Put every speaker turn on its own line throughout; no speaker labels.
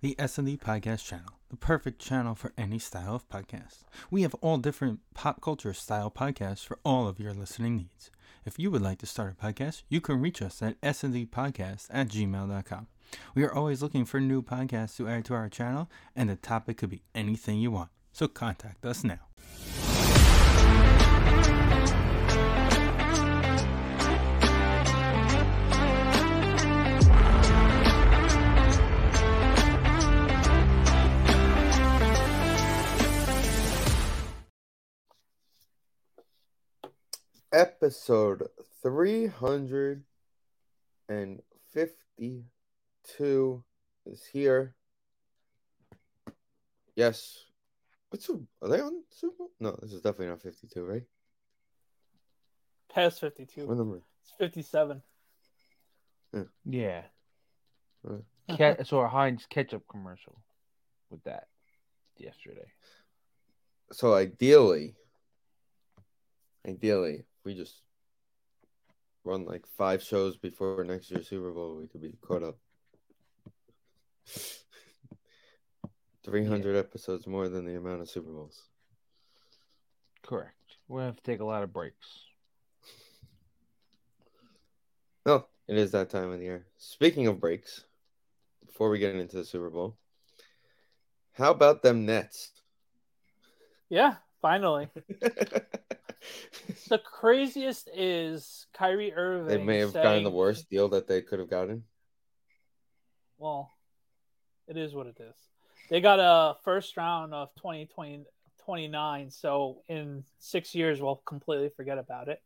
the SD Podcast channel, the perfect channel for any style of podcast. We have all different pop culture style podcasts for all of your listening needs. If you would like to start a podcast, you can reach us at sndpodcast at gmail.com. We are always looking for new podcasts to add to our channel, and the topic could be anything you want. So contact us now.
episode 352 is here. Yes. What's the- are they on Super Bowl? No, this is definitely not 52, right?
Past
What
52.
number?
It's 57.
Yeah.
Right.
Cat, I saw a Heinz ketchup commercial with that yesterday.
So ideally, ideally, we just run like five shows before next year's Super Bowl. We could be caught up. 300 episodes more than the amount of Super Bowls.
Correct. We're gonna have to take a lot of breaks.
No, Oh, it is that time of the year. Speaking of breaks, before we get into the Super Bowl, how about them Nets?
Yeah, finally. The craziest is Kyrie Irving.
they may have gotten the
saying-
worst deal that they could have gotten.
Well, it is what it is. They got a first round of 2020, 29, so in six years we'll completely forget about it.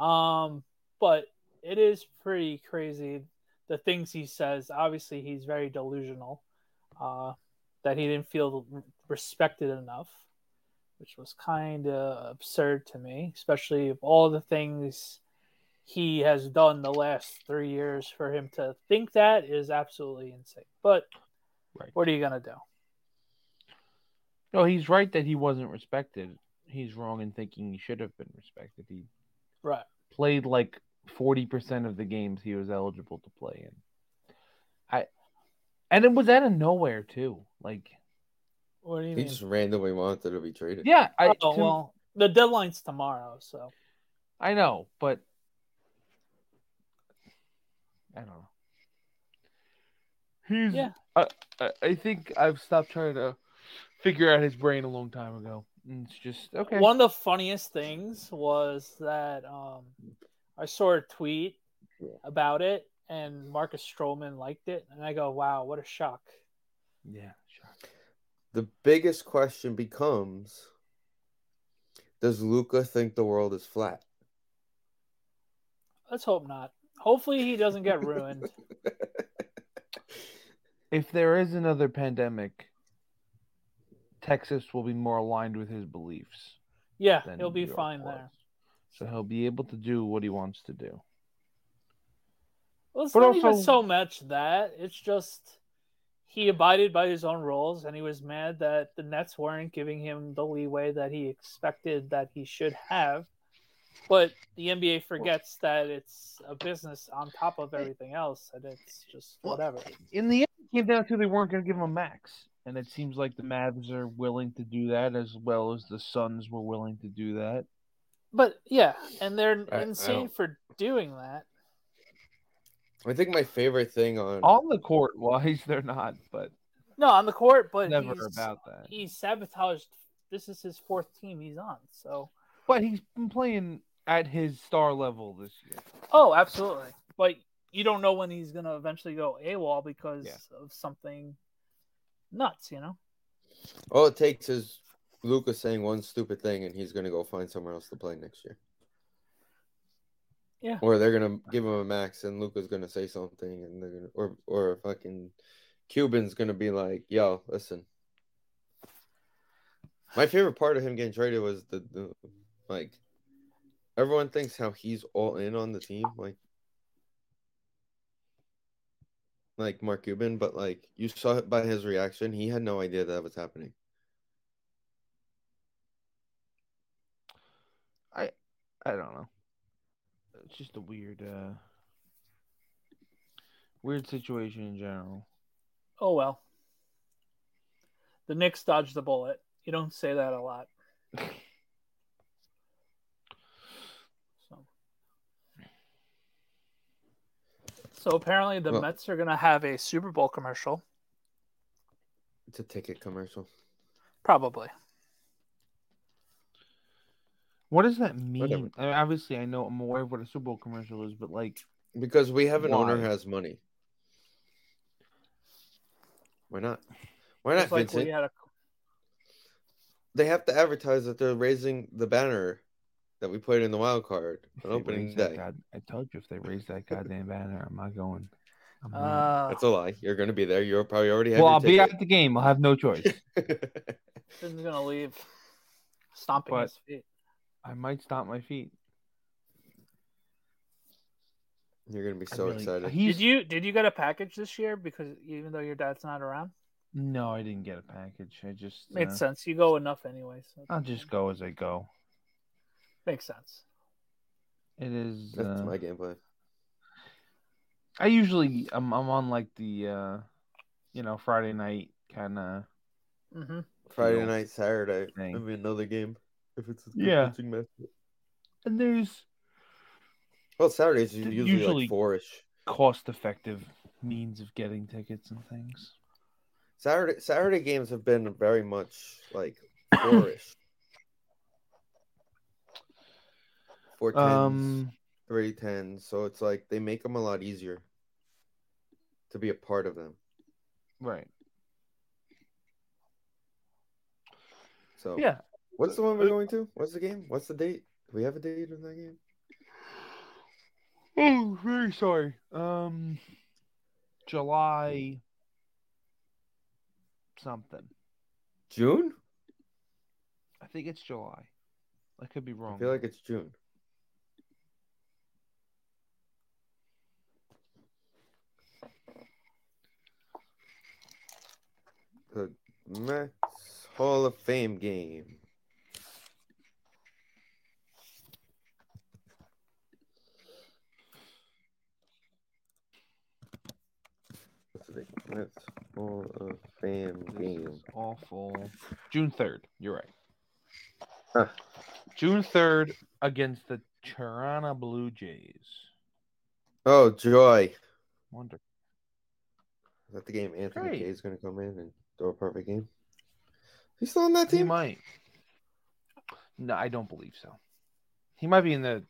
Um, but it is pretty crazy the things he says. Obviously, he's very delusional uh, that he didn't feel respected enough, which was kind of absurd to me, especially of all the things he has done the last three years for him to think that is absolutely insane. But
Right.
what are you gonna do?
No, he's right that he wasn't respected. He's wrong in thinking he should have been respected. He
Right.
played like forty percent of the games he was eligible to play in. I and it was out of nowhere too. Like
What do you
He
mean?
just randomly wanted to be traded.
yeah, I
oh
to-
well, the deadline's tomorrow, so
I know, but I don't know. He's.
Yeah.
I, I- I think I've stopped trying to figure out his brain a long time ago. And It's just okay.
one of the funniest things was that um, I saw a tweet about it, and Marcus Stroman liked it, and I go, "Wow, what a shock!"
Yeah. Sure.
The biggest question becomes Does Luca think the world is flat?
Let's hope not. Hopefully, he doesn't get ruined.
If there is another pandemic, Texas will be more aligned with his beliefs.
yeah,
Than
he'll be
New York
fine
was.
there.
So he'll be able to do what he wants to do.
Well, it's
But
not even
also-
so much that it's just he abided by his own rules, and he was mad that the Nets weren't giving him the leeway that he expected that he should have. But the NBA forgets that it's a business on top of everything else, and it's just whatever.
In the end, it came down to they weren't going to give him a max, and it seems like the Mavs are willing to do that as well as the Suns were willing to do that.
But yeah, and they're
I
insane
don't-
for doing that.
I think my favorite thing on.
On the court wise, they're not, but
No, on the court, but
never
he's,
about that.
he sabotaged. This is his fourth team he's on, so.
But he's been playing at his star level this year.
Oh, absolutely. But you don't know when he's gonna eventually go AWOL because
Yeah.
of something nuts, you know?
All it takes is Luca saying one stupid thing and he's going to go find somewhere else to play next year.
Yeah.
Or they're going to give him a max and Luca's going to say something and they're going to, or, or fucking Cuban's going to be like, yo, listen. My favorite part of him getting traded was the, the like, everyone thinks how he's all in on the team. Like, like Mark Cuban, but like you saw it by his reaction, he had no idea that was happening.
I don't know. It's just a weird, uh, weird situation in general.
Oh well. The Knicks dodged the bullet. You don't say that a lot. So, so apparently the
Well-
Mets are gonna have a Super Bowl commercial,
It's a ticket commercial.
probably.
What does that mean?
Whatever.
I mean, obviously, I know I'm aware of what a Super Bowl commercial is, but like,
Because we have an owner
Why?
who has money. Why not? Why not,
Just like
Vincent?
we had a
They have to advertise that they're raising the banner that we played in the wild card
if
on
they
opening
raise that
day.
god- I told you if they raise that goddamn banner, I'm not going. I'm not.
uh,
Mm-hmm. That's a lie. You're going to be there. You're probably already have
well, I'll
your
be at the game. I'll have no choice.
ticket.
Finn's gonna leave, stomping
But-
his feet.
I might stomp my feet.
You're going to be
I
so
really-
excited.
He's,
Did you did you get a package this year? Because even though your dad's not around,
No, I didn't get a package. I just
makes
uh,
sense. You go enough anyway. So
I'll just go as I go.
makes sense.
It is.
That's
uh,
my gameplay.
I usually I'm I'm on like the uh you know Friday night kind of
hmm
Friday
Field
night, Saturday,
thing.
maybe another game if it's a good
Yeah.
pitching matchup.
and there's
Well, Saturdays is
Th-
usually,
usually-
like four-ish.
cost effective means of getting tickets and things.
Saturday Saturday games have been very much like four-ish. Four tens,
Um
three tens. So it's like they make them a lot easier to be a part of them.
right.
So
Yeah. Uh,
what's the one we're going to? What's the game? What's the date? Do we have a date on that game?
Oh, very sorry. Um July something.
June?
I think it's July. I could be wrong.
I feel like it's June. The Mets Hall of Fame game. What's the date? Mets Hall of Fame
this
game.
is awful. June 3rd. You're right.
Huh.
June 3rd against the Toronto Blue Jays.
Oh, joy.
Wonder.
Is that the game Anthony
Great.
K is going to come in and throw a perfect game? He's still on that
He
team?
might. No, I don't believe so. He might be in the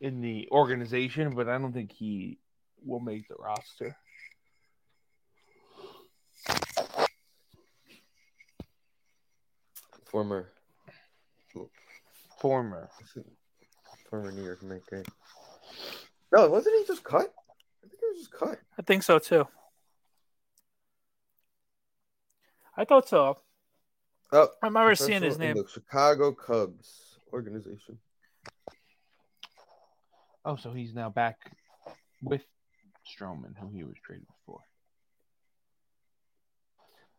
in the organization, but I don't think he will make the roster.
Former
Former.
former New York Met guy. No, wasn't he just cut? I think he was just cut.
I think so too. I thought so.
Oh,
I remember
professional
seeing his
in
name.
The Chicago Cubs organization.
Oh, so he's now back with Stroman, who he was traded for.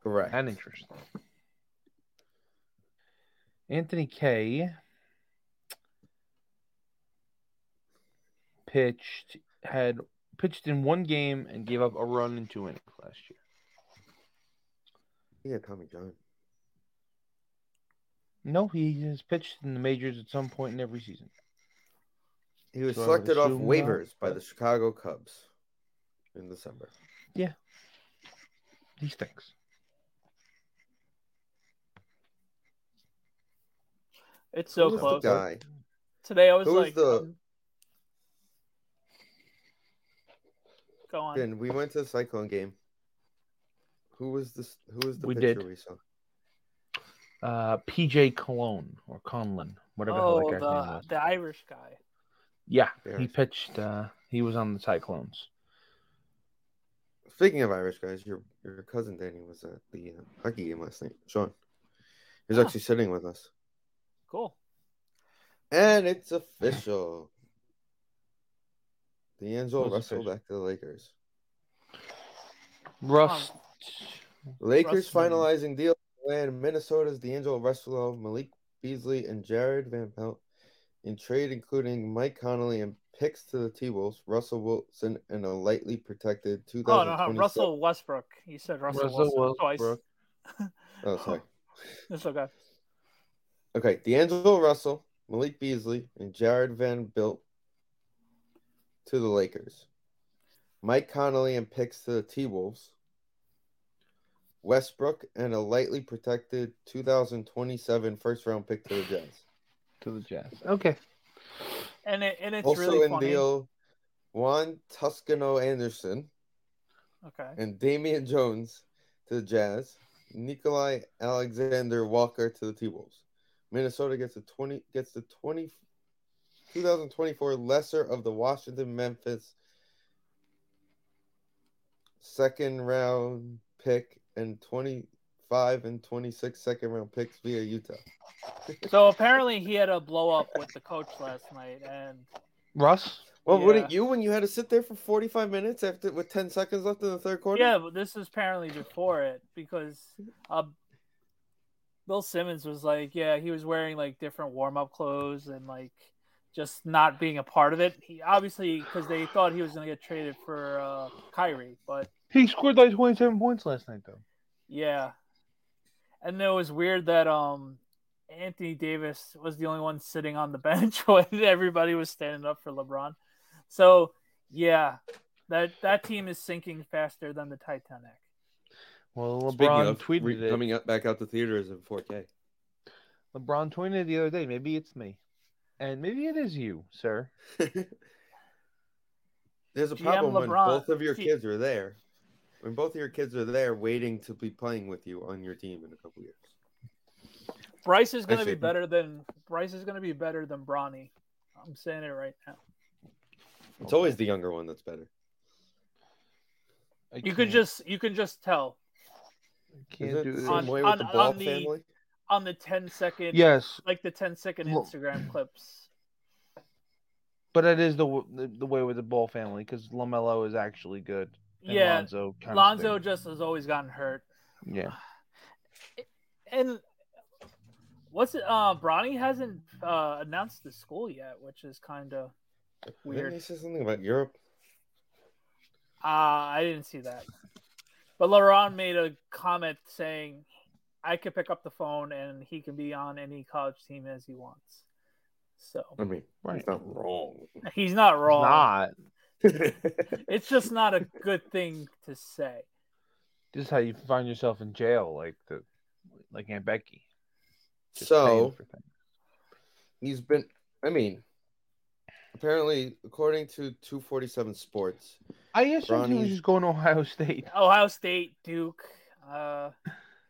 Correct.
That interesting. Anthony K pitched had pitched in one game and gave up a run in two innings last year.
He had Tommy John.
No, he has pitched in the majors at some point in every season.
He was
So I would
selected off
assume
waivers
not,
by
but-
the Chicago Cubs in December.
He stinks.
It's so
Who was
close.
the guy?
Today I was
Who was
like,
the-
um, go on.
Then we went to the Cyclone game. Who was this? Who was the
We
pitcher
did.
we saw?
Uh, PJ Cologne or Conlon, whatever the hell
oh,
that guy's name
the,
was.
the Irish guy.
Yeah,
The
he
Irish.
pitched. Uh, he was on the Cyclones.
Speaking of Irish guys, your your cousin Danny was at the uh, hockey game last night. Sean, he was
Ah.
actually sitting with us,
Cool.
and it's official. D'Angelo
Who's
Russell
official?
back to the Lakers.
Russ.
Lakers
Russell.
finalizing deal and Minnesota's D'Angelo Russell, Malik Beasley, and Jared Van Pelt in trade, including Mike Connolly and picks to the T Wolves, Russell Wilson, and a lightly protected
Oh no, no,
2027.
Russell Westbrook. You said Russell,
Russell
Wilson twice.
Westbrook.
Oh, sorry.
That's okay.
Okay, D'Angelo Russell, Malik Beasley, and Jared Van Bilt to the Lakers. Mike Connolly and picks to the T Wolves. Westbrook and a lightly protected 2027 first round pick to the Jazz.
to the Jazz. Okay.
And it, and it's
also
really
in
funny.
deal Juan Toscano Anderson
Okay.
and Damian Jones to the Jazz. Nikolai Alexander Walker to the T Wolves. Minnesota gets a 20 gets the 20 2024 lesser of the Washington Memphis second round pick and 25 and 26 second round picks via Utah.
So apparently he had a blow up with the coach last night, and
Russ?
Well, wouldn't
Yeah.
you when you had to sit there for 45 minutes after with 10 seconds left in the third quarter?
yeah, but this is apparently before it because uh, Bill Simmons was like, yeah, he was wearing like different warm up clothes and like just not being a part of it. He obviously because they thought he was going to get traded for uh, Kyrie, but
He scored like 27 points last night, though.
yeah, and it was weird that um. Anthony Davis was the only one sitting on the bench when everybody was standing up for LeBron. So, yeah, that that team is sinking faster than the Titanic.
Well,
Speaking
LeBron
of,
tweeted
re-
it.
coming up back out to theaters in 4K.
LeBron tweeted it the other day. Maybe it's me, and maybe it is you, sir.
There's a
GM
problem when
LeBron-
both of your
G-
kids are there. When both of your kids are there waiting to be playing with you on your team in a couple years.
Bryce is going to be
Actually-
better than Bryce is going to be better than Bronny. I'm saying it right now.
It's always the younger one that's better.
I
You could
can't-
just you can just tell
I
Is
can't
it
do
the
this.
same
On-
way
on-
with the Ball
on the-
family?
on the 10 second
Yes,
like the 10 second
Look.
Instagram clips.
but it is the w- the, the way with the Ball family because Lamelo is actually good. and
yeah, Lonzo,
Lonzo. Kind Of
just has always gotten hurt.
thing. yeah.
And what's it uh Bronny hasn't uh announced the school yet, which is kind of
Didn't
weird.
they say something about Europe?
Uh, I didn't see that. But LeBron made a comment saying, I could pick up the phone and he can be on any college team as he wants. So
I mean,
Right.
it's not wrong.
he's not wrong.
Not.
It's just not a good thing to say.
This is how you find yourself in jail, like the like Aunt Becky. Just paying
so
for things.
he's been. I mean, apparently, according to 247 Sports,
I assumed he was
Bronny-
just going to Ohio State.
Ohio State, Duke. Uh,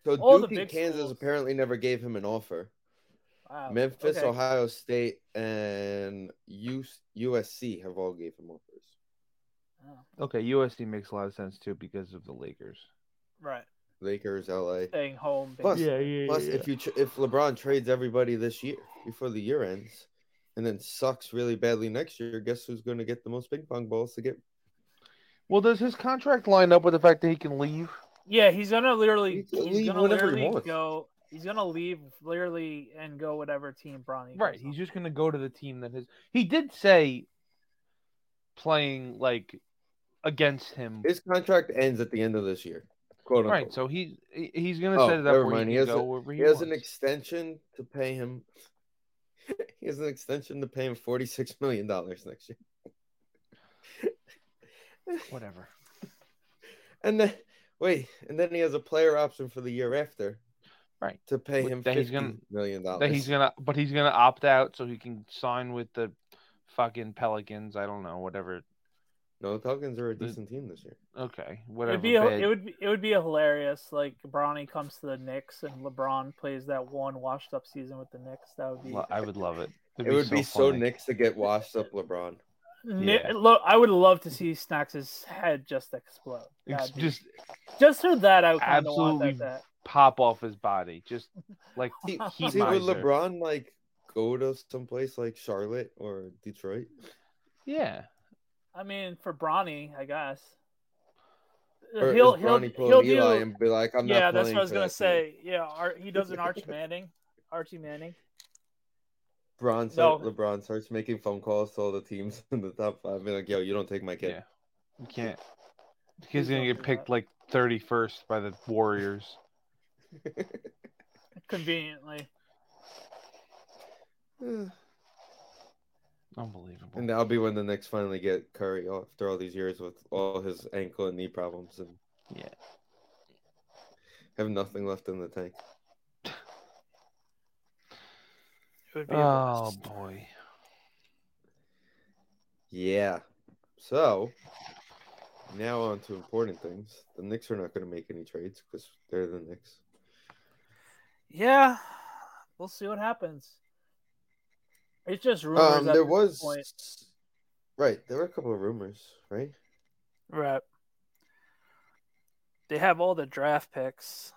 so
All the
Duke and
big
Kansas
schools.
apparently never gave him an offer.
wow.
Memphis,
Okay.
Ohio State, and U- USC have all gave him offers.
Oh,
Okay, USC makes a lot of sense too because of the Lakers.
right.
Lakers, LA.
Staying home.
Plus-
basically.
yeah.
Plus, if you tr if LeBron trades everybody this year before the year ends, and then sucks really badly next year, guess who's going to get the most ping pong balls to get?
Well, does his contract line up with the fact that he can leave?
Yeah, he's gonna literally.
He can
He's
leave
gonna
whenever he
literally
wants.
go. He's gonna leave literally and go whatever team Bronny.
Right.
goes
He's
on.
just going to go to the team that his. He did say playing like against him.
His contract ends at the end of this year, quote
Right.
unquote.
So he he- he's going to
Oh,
set it up
never
where
mind,
he
he
can
has
go
a-
wherever he,
He has an
wants.
extension to pay him. he has an extension to pay him forty six million dollars next year,
Whatever.
and then wait, and then he has a player option for the year after,
Right.
To pay
But
him
then he's
fifty
gonna-
million dollars.
That he's going to but he's going to opt out so he can sign with the fucking Pelicans, I don't know, whatever.
No, the Pelicans are a
The-
decent team this year.
Okay.
It'd
Whatever.
be a,
bad-
it would be, it would be a hilarious like Bronny comes to the Knicks and LeBron plays that one washed up season with the Knicks. That would be
Lo- I would love it. It'd
It would be so
funny.
Knicks to get washed up, LeBron.
Ni-
Yeah.
Look, I would love to see Snacks's head just explode.
It's
That'd be-
just
just for that, I kind of want that.
Absolutely.
that.
pop off his body. Just like
See,
He
see, would
miser.
LeBron like go to someplace like Charlotte or Detroit?
yeah.
I mean, for Bronny, I guess
Or is
he'll he'll
Bronny
he'll
pulling
do.
Eli and be like, "I'm
yeah,
not."
that's what
playing
I was
for
gonna
that team."
say. Yeah, Ar- he does an Arch Manning. Archie Manning.
LeBron,
No.
start, LeBron starts making phone calls to all the teams in the top five. Be like, "Yo, you don't take my
Yeah.
kid."
You can't.
Please
He's gonna
don't
get
do
picked
that.
like thirty first by the Warriors.
conveniently.
and
Unbelievable.
that'll be when the Knicks finally get Curry after all these years with all his ankle and knee problems and
yeah.
have nothing left in the tank.
It would be a
Uh,
Oh
waste.
boy.
Yeah. So now on to important things. The Knicks are not going to make any trades because they're the Knicks.
Yeah, we'll see what happens. It's just rumors.
Um,
at
there
this
was
point.
right. There were a couple of rumors, right?
right. They have all the draft picks.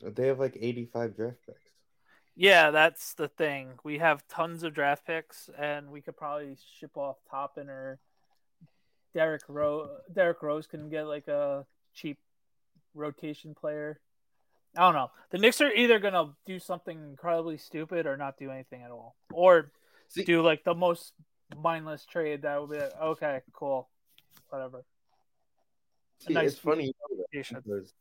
They have like eighty-five draft picks.
Yeah, that's the thing. We have tons of draft picks, and we could probably ship off Toppin or Derek Rose. Derek Rose can get like a cheap rotation player. I don't know. The Knicks are either gonna do something incredibly stupid or not do anything at all, or
See-
do like the most mindless trade that would be like, okay, cool, whatever.
See,
nice
it's funny you know that.
Rotation.
because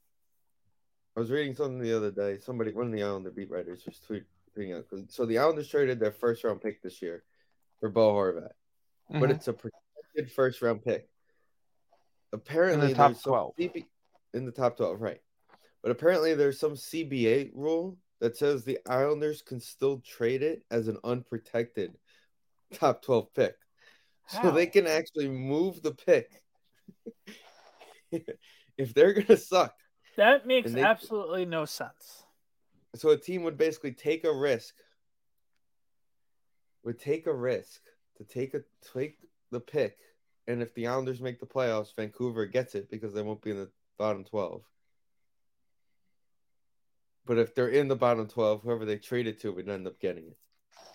I was reading something the other day. Somebody, one of the Islander beat writers, was tweet, tweeting out. 'cause- So the Islanders traded their first round pick this year for Bo Horvat, but
Mhm.
it's a protected first round pick. Apparently,
top
there's some
12.
CB in the top twelve, right? But apparently, there's some CBA rule that says the Islanders can still trade it as an unprotected top twelve pick, so they
How?
can actually move the pick if they're gonna suck.
That makes
and they-
absolutely no sense.
so a team would basically take a risk would take a risk to take a take the pick and if the islanders make the playoffs vancouver gets it because they won't be in the bottom 12 but if they're in the bottom 12 whoever they trade it to would end up getting it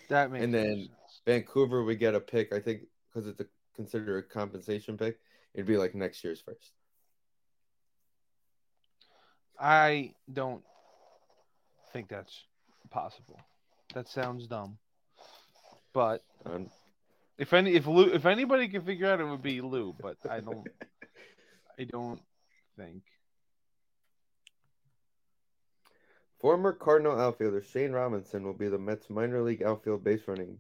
that makes
and
no
then-
sense.
vancouver would get a pick i think because it's a, considered a compensation pick it'd be like next year's first
I don't think that's possible. That sounds dumb. But
Um,
if any if Lou if anybody could figure out it would be Lou, but I don't I don't think.
former cardinal outfielder shane robinson will be the mets minor league outfield base running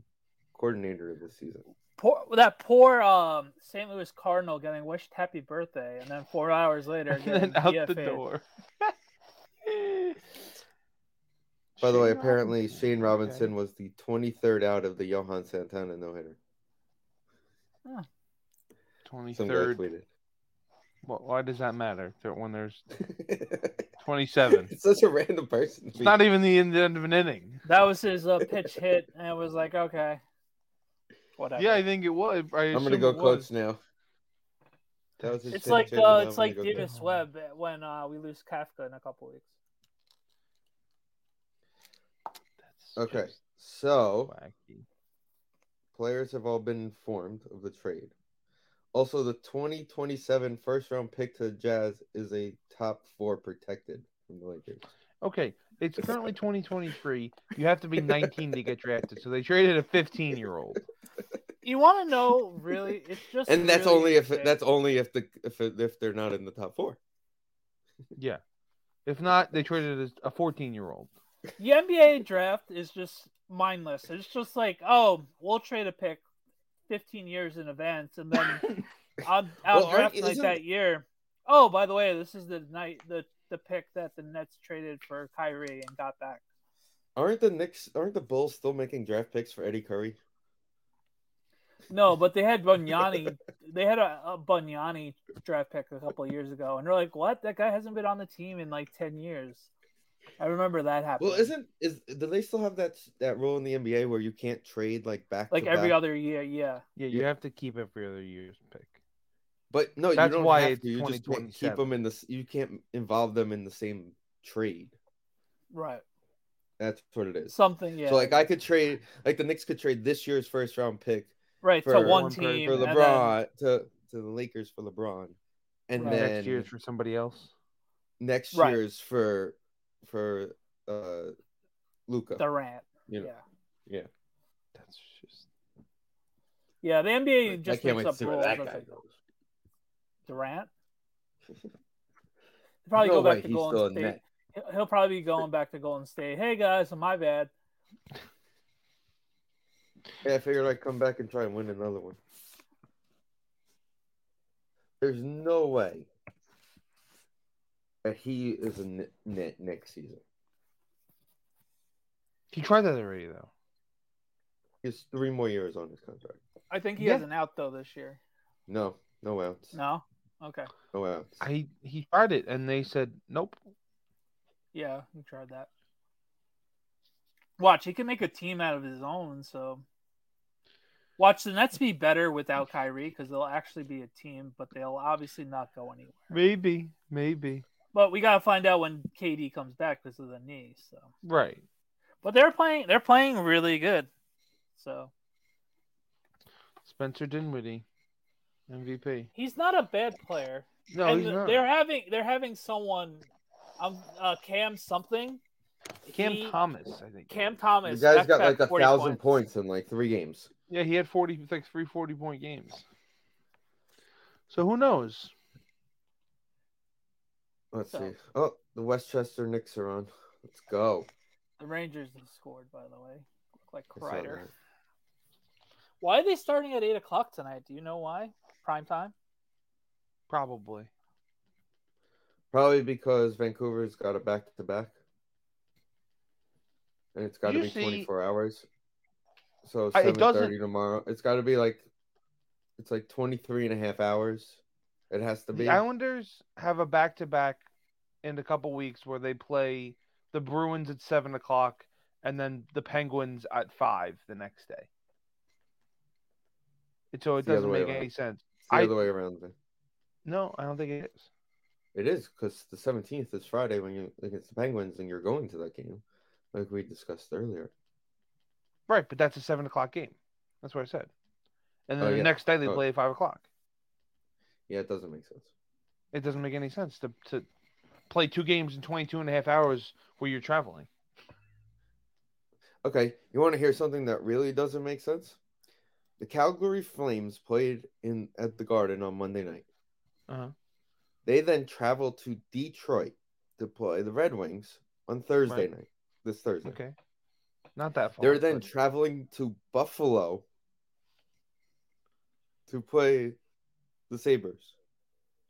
coordinator this season
poor that poor um, St. Louis Cardinal getting wished happy birthday, and then four hours later
And
getting
then out the
DFA'd.
door.
By the way,
Shane
apparently
Robinson.
Shane
Okay.
Robinson was the 23rd out of the Johan Santana no hitter. Some guy
23rd.
tweeted.
Wh- Why does that matter There- when there's
it's
27?
such a random person.
It's not even the end end of an inning.
That was his uh, pitch hit, and it was like, okay, whatever.
Yeah, I think it was. I
I'm
assume
gonna go
it was.
coach now. That was his
it's
pitch
like
hit,
uh,
and
it's
I'm
like
gonna go coach.
Davis Webb when uh, we lose Kafka in a couple weeks.
That's
Okay,
just
so
wacky.
players have all been informed of the trade. Also, the 2027 first round pick to the Jazz is a top four protected from the Lakers.
Okay, it's currently 2023. You have to be 19 to get drafted. So they traded a 15 year old.
You want to know really? It's just
And that's
really
only if
sick.
that's only if the if if they're not in the top four.
Yeah. If not, they traded a 14 year old.
the NBA draft is just mindless. It's just like, oh, we'll trade a pick 15 years in advance, and then I'll, I'll
Well, aren't-
draft like
isn't-
that year. Oh, by the way, this is the night the the pick that the Nets traded for Kyrie and got back.
Aren't the Knicks? Aren't the Bulls still making draft picks for Eddie Curry?
No, but they had Bunyani. they had a, a Bunyani draft pick a couple of years ago, and they're like, "What? That guy hasn't been on the team in like ten years." I remember that happened.
Well, isn't is do they still have that that rule in the NBA where you can't trade like back
like
to
every
back?
other year? Yeah,
Yeah, you have to keep every other year's pick.
But no,
That's
you don't
why
have
it's
to. You just can't keep
2027.
them in this. You can't involve them in the same trade.
right.
That's what it is.
Something. Yeah.
So like I could trade like the Knicks could trade this year's first round pick
right to
for-
one
one per- for
team
for
and then-
LeBron to to the Lakers for LeBron, and
Right.
then
Next year's for somebody else.
next
Right.
year's for for uh Luca.
Durant.
You know,
Yeah.
That's just.
Yeah. The NBA
I
just
can't
makes
wait to
up
see where
rules.
that
that's
guy
like,
goes.
Durant. probably
No
go back
way
to
he's
Golden
still a
State.
net.
He'll- He'll probably be going back to Golden State. Hey guys, my bad.
Hey, I figured I'd come back and try and win another one. There's no way that he is a Kn- net next season.
He tried that already though.
He has three more years on his contract.
I think he
Yeah.
has an out though this year.
No, no outs. No,
No, okay,
outs.
I he tried it and they said nope.
yeah, he tried that. Watch, he can make a team out of his own. So, watch the Nets be better without Kyrie because they'll actually be a team, but they'll obviously not go anywhere.
Maybe, maybe.
But we gotta find out when KD comes back because of the knee. So,
Right.
but they're playing, they're playing really good. So
Spencer Dinwiddie, MVP.
he's not a bad player.
No,
and
he's not.
they're having they're having someone, um, uh, Cam something,
Cam
he-
Thomas, I think.
Cam Thomas.
the guy's
back
got
to
like
back
a
40
thousand points. in like three games.
Yeah, he had forty like three forty point games. So who knows?
Let's
So-
see. Oh, the Westchester Knicks are on. Let's go.
The Rangers have scored, by the way. Look like
I saw
Kreider. Why are they starting at eight o'clock tonight? Do you know why? Prime time.
Probably.
Probably because Vancouver's got a back to back. And it's got to
You
be
see-
24 hours. So
I- it
7:30
doesn't-
tomorrow. It's got to be like it's like 23 and a half hours. It has to be.
The Islanders have a back to back in a couple weeks where they play the Bruins at seven o'clock and then the Penguins at five the next day. And so it
It's the other
doesn't
way
make
around.
any sense.
It's the
I-
other way around. then.
No, I don't think it is.
It is because the 17th is Friday when you against the Penguins and you're going to that game, like we discussed earlier.
Right, but that's a seven o'clock game. That's what I said. And then
Oh,
the
yeah.
next day they
Oh.
play at five o'clock.
Yeah, it doesn't make sense.
It doesn't make any sense to, to play two games in 22 and a half hours where you're traveling.
Okay, you want to hear something that really doesn't make sense? The Calgary Flames played in at the Garden on Monday night.
Uh-huh.
They then travel to Detroit to play the Red Wings on Thursday
Right.
night. This Thursday.
Okay. Not that far.
They're then
but-
traveling to Buffalo to play the Sabres.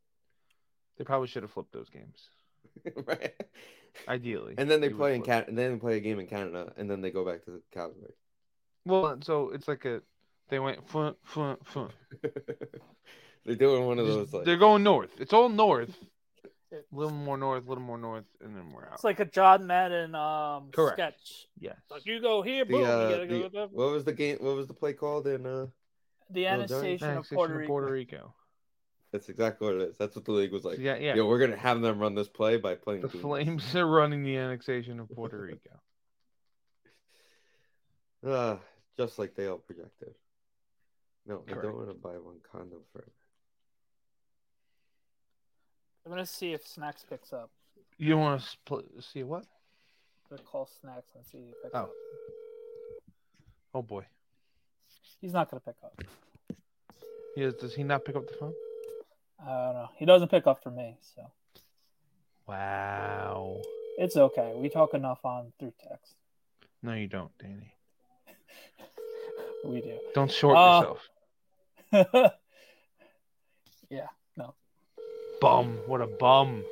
they probably should have flipped those games.
right?
Ideally.
And then they
would
play in
flip.
Can- and then they play a game in Canada and then they go back to Calgary.
Well, uh, so it's like a they went fun, fun, fun.
They're doing one of those
Just-
like
They're going north. It's all north. A
It-
little more north, a little more north, and then we're out.
It's like a John Madden um
Oh. Correct.
sketch.
yes.
Like you go here,
the, uh,
boom, you gotta go
the-
with the,
what was the game what was the play called in uh
the
Little
annexation
Annexation
of Puerto Rico.
Rico.
that's exactly what it is. That's what the league was like.
So yeah, yeah.
Yo, we're gonna have them run this play by playing
the
defense.
Flames are running the annexation of Puerto Rico.
Uh, just like they all projected. No, I
Correct.
don't want to buy one condo for it.
I'm gonna see if Snacks picks up.
You want to spl- see what?
I'm gonna call Snacks and see if he picks
Oh.
up.
Oh boy,
He's not gonna pick up.
he has, does he not pick up the phone?
I don't know. He doesn't pick up for me, so
Wow.
it's okay. We talk enough on through text.
No, you don't, Danny.
We do.
Don't short
Uh,
yourself. Bum. What a bum.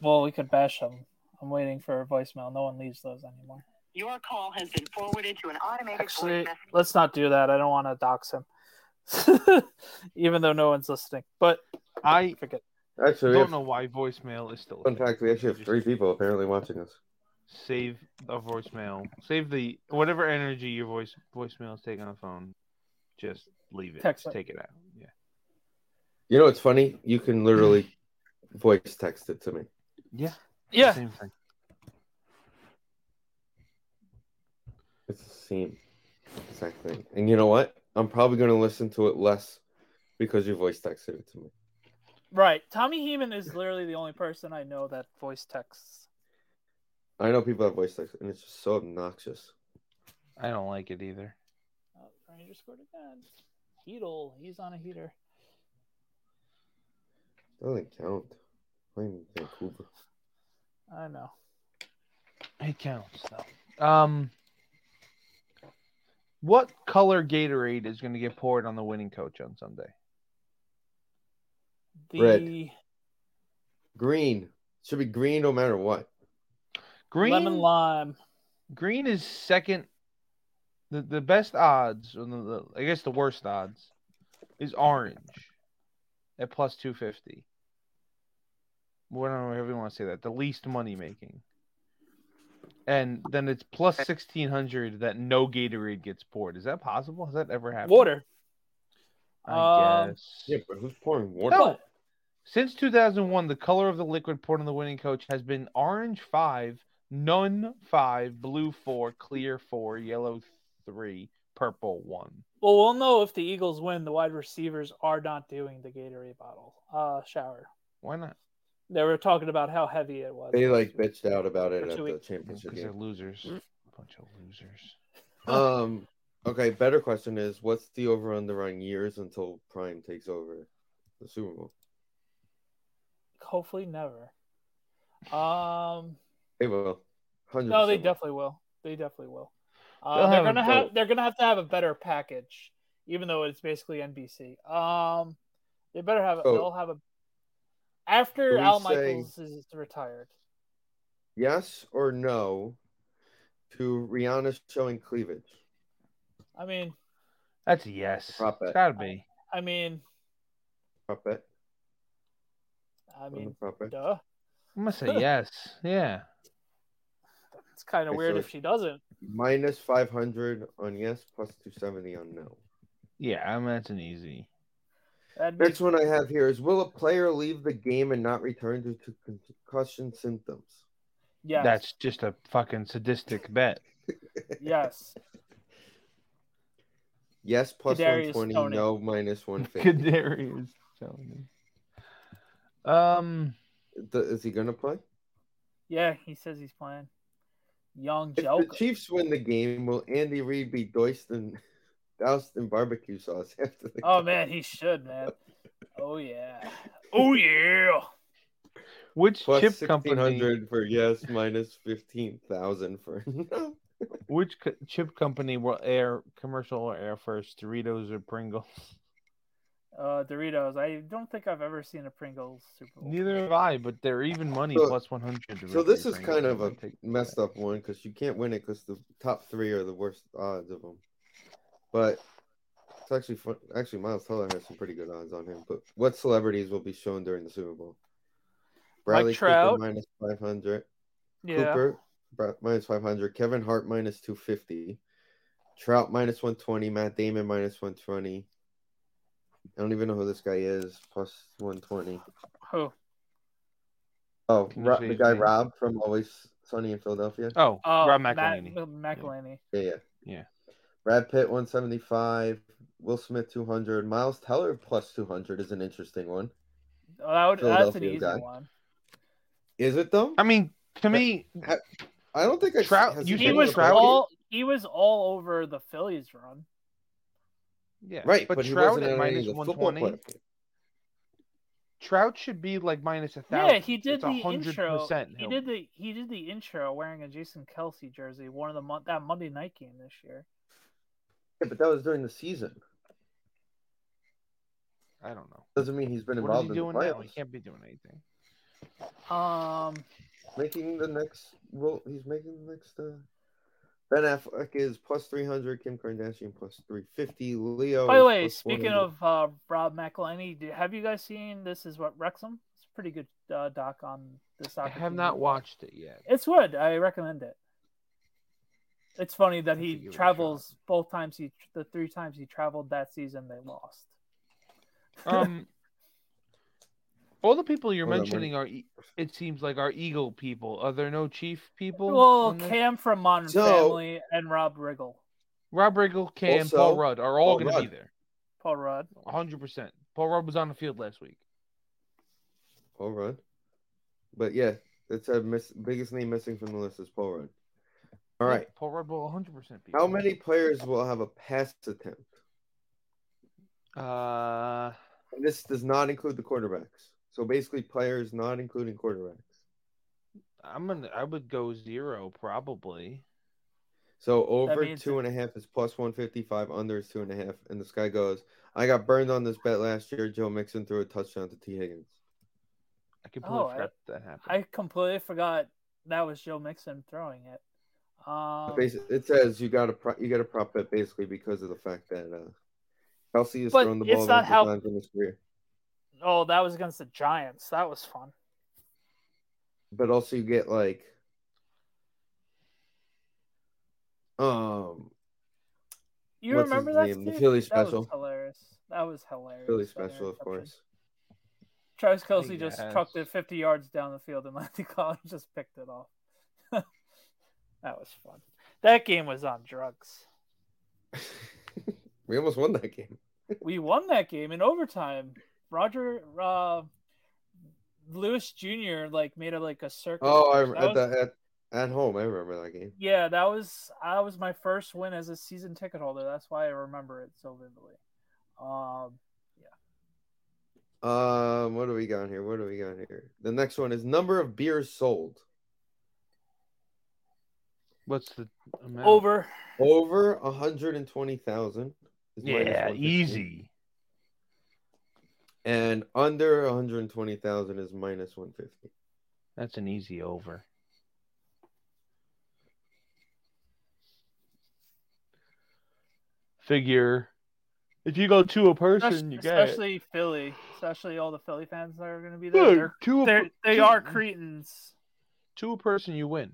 well, we could bash him. I'm waiting for a voicemail. No one leaves those anymore.
Your call has been forwarded to an automated
Actually,
voice message.
let's not do that. I don't want to dox him, even though no one's listening. But
I
forget.
Actually, we
don't
have,
know why voicemail is still.
fun fact: we actually have three people apparently watching us.
save the voicemail. Save the whatever energy your voice voicemail is taking on the phone. Just leave it.
Text
Just
it.
take it out. Yeah.
You know what's funny? You can literally voice text it to me.
Yeah.
Yeah,
Same thing.
It's the same exact thing. And you know what? I'm probably gonna listen to it less because you voice texted it to me.
right. Tommy Heeman is literally the only person I know that voice texts.
I know people have voice text, and it's just so obnoxious.
I don't like it either.
Oh, Ranger scored again. Heedle, he's on a heater.
Doesn't count. Playing Vancouver.
I know.
It counts though. Um, what color Gatorade is going to get poured on the winning coach on Sunday?
The
Red. Green should be green no matter what.
Green.
lemon lime.
Green is second. The the best odds, or the, the, I guess the worst odds, is orange at plus 250. Whatever you want to say that. The least money making. And then it's plus 1600 that no Gatorade gets poured. Is that possible? Has that ever happened?
Water.
I
Um,
guess.
Yeah, but who's pouring water?
No. Since 2001, the color of the liquid poured on the winning coach has been orange 5, none 5, blue 4, clear 4, yellow 3, purple 1.
Well, we'll know if the Eagles win. The wide receivers are not doing the Gatorade bottle uh, shower.
Why not?
They were talking about how heavy it was.
They like bitched out about it at
Should we-
the
Because
championship
they're
game.
losers. Bunch of losers.
Um, okay. Better question is, what's the over under on years until Prime takes over the Super Bowl?
Hopefully, never. Um,
They will. 100%
no, they
will.
definitely will. They definitely will.
They'll
Uh, they're
have
gonna
a
have.
vote.
They're gonna have to have a better package, even though it's basically NBC. Um, they better have.
So-
they'll have a. After
Can we
Al
say-
Michaels is retired,
Yes or no to Rihanna showing cleavage?
I mean,
That's a yes.
Prop
It's
bet.
gotta be.
I mean,
Prop bet.
I
On the
mean,
prop bet.
duh.
I'm gonna say yes. Yeah.
It's kind of
Okay,
weird
so-
if she doesn't.
Minus 500 on yes, plus 270 on no.
Mm-hmm.
Yeah, I mean that's an easy.
That'd be
Next one I have here is Will a player leave the game and not return due to concussion symptoms?
yes,
That's just a fucking sadistic bet.
yes.
Yes, plus
Kadarius
120,
Toney.
no, minus 150.
Kadarius Tony. Um
Th- is he going to play?
Yeah, he says he's playing. Young
If
Joker.
the Chiefs win the game, will Andy Reid be doused in, doused in barbecue sauce after the
Oh man, he should, man. Oh yeah. Oh yeah.
which
Plus
chip company
1600 for yes, minus 15,000 for no.
Which co- chip company will air commercial or air first, Doritos or Pringles?
Uh, Doritos. I don't think I've ever seen a Pringles Super Bowl.
Neither have I, but they're even money
So-
plus 100.
So this is kind of a messed up one because you can't win it because the top three are the worst odds of them. But it's actually fun. Actually, Miles Teller has some pretty good odds on him. But what celebrities will be shown during the Super Bowl? Bradley Cooper
Trout.
minus 500.
Yeah.
Cooper Bra- minus 500. Kevin Hart minus 250. Trout minus 120. Matt Damon minus 120. I don't even know who this guy is. Plus 120.
Who?
Oh,
Can you
Ro-
say
the
his
guy
name?
Rob from Always Sunny in Philadelphia.
Oh,
Oh,
Rob
Matt-
McElhaney.
McElhaney.
Yeah, yeah.
Yeah.
Brad Pitt 175, Will Smith 200, Miles Teller plus 200 is an interesting one.
Oh, that would, that's an
Philadelphia
easy
guy.
one.
Is it though?
I mean, to me,
I don't think I
Trout-
has
you
he
He
think
been
was
in the playoffs?
all he was all over the Phillies run.
yeah,
right,
But,
but he
Trout
wasn't
at
in
minus
any of the football
120.
playoff.
Trout should be like minus a thousand.
Yeah, he did
It's
the intro.
100%
He
him.
did the he did the intro wearing a Jason Kelsey jersey. One of the mon- that Monday night game this year.
Yeah, but that was during the season.
I don't know.
Doesn't mean he's been
What is
involved
he
in the
doing now? He
playoffs.
can't be doing anything.
Um,
Making the next well, he's making the next uh Ben Affleck is plus 300, Kim Kardashian plus 350, Leo.
By the
is
way,
plus
speaking
100.
of uh, Rob McElhenney, do- have you guys seen this? Is what Wrexham? It's a pretty good uh, doc on the
I
soccer.
have
team.
not watched it yet.
It's good. I recommend it. It's funny that
Have to give
he
it a shot.
travels both times. He the three times he traveled that season, they lost.
Um, all the people you're
Hold on, wait.
mentioning are, e- it seems like, are Eagle people. Are there no Chief people?
Well,
on this?
Oh, Cam from Modern
So-
Family and Rob Riggle,
Rob Riggle, Cam, Paul
Also,
Rudd are
Paul
all going to be
Rudd.
there.
Paul Rudd.
100%. Paul Rudd was on the field last week.
Paul Rudd. But yeah, that's a miss, biggest name missing from the list is Paul Rudd. All right.
Paul Rudd will 100% be
How
there.
many players will have a pass attempt?
Uh,
And this does not include the quarterbacks. So basically, players not including quarterbacks.
I'm gonna. I would go zero probably.
So over
means
two and a half is plus one fifty five. Under is two and a half. And this guy goes, I got burned on this bet last year. Joe Mixon threw a touchdown to T Higgins.
I completely
Oh, I-
forgot that happened.
I completely forgot that was Joe Mixon throwing it. Um,
Basi- it says you got to pro- you got to prop bet basically because of the fact that uh, Kelsey has
But
thrown the
it's
ball
not
multiple
how-
times in his career.
oh, that was against the Giants. That was fun.
But also you get like, um,
You
What's his
remember that?
name? The
Steve?
Philly
That
special.
was hilarious. That was hilarious.
really
that
special, of
interception.
course.
Travis Kelsey just
guess.
trucked it 50 yards down the field and Monty Collins just picked it off. that was fun. That game was on drugs.
we almost won that game.
We won that game in overtime. Roger uh, Lewis Jr. like made a like a circus.
Oh, I,
that
at,
was-
the, at at home, I remember that game.
yeah, that was that was my first win as a season ticket holder. That's why I remember it so vividly. Um,
Um, what do we got here? What do we got here? The next one is number of beers sold
What's the amount?
over.
over hundred and twenty thousand.
Yeah, easy.
And under one hundred twenty thousand is minus one fifty.
That's an easy over. Figure, if you go to a person, you get it.
especially Philly, especially all the Philly fans that are going to be there.
Look,
They're,
to a,
they're,
per-
they
to-
are Cretans.
to a person, you win.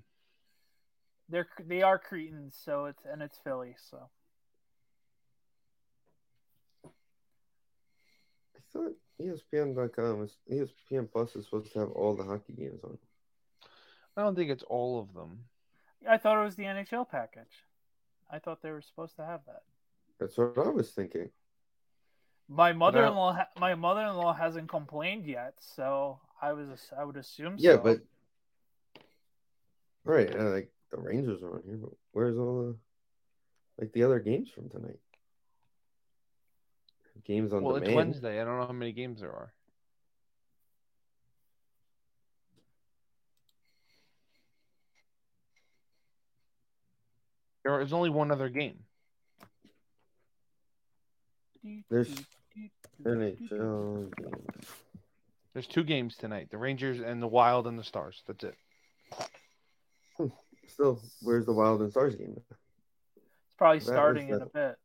They're they are Cretans. So it's and it's Philly. So
I thought E ESPN.com is ESPN Plus is supposed to have all the hockey games on.
I don't think it's all of them.
I thought it was the NHL package. I thought they were supposed to have that.
That's what I was thinking.
My mother-in-law, ha- my mother-in-law hasn't complained yet, so I was I would assume.
Yeah,
so.
but all right, uh, like the Rangers are on here, but where's all the like the other games from tonight? Games on
well, it's
demand.
Wednesday. I don't know how many games there are. There is only one other game.
There's NHL games.
There's two games tonight: the Rangers and the Wild and the Stars. That's it.
Still, where's the Wild and Stars game?
It's probably
that was
starting in
the-
a bit.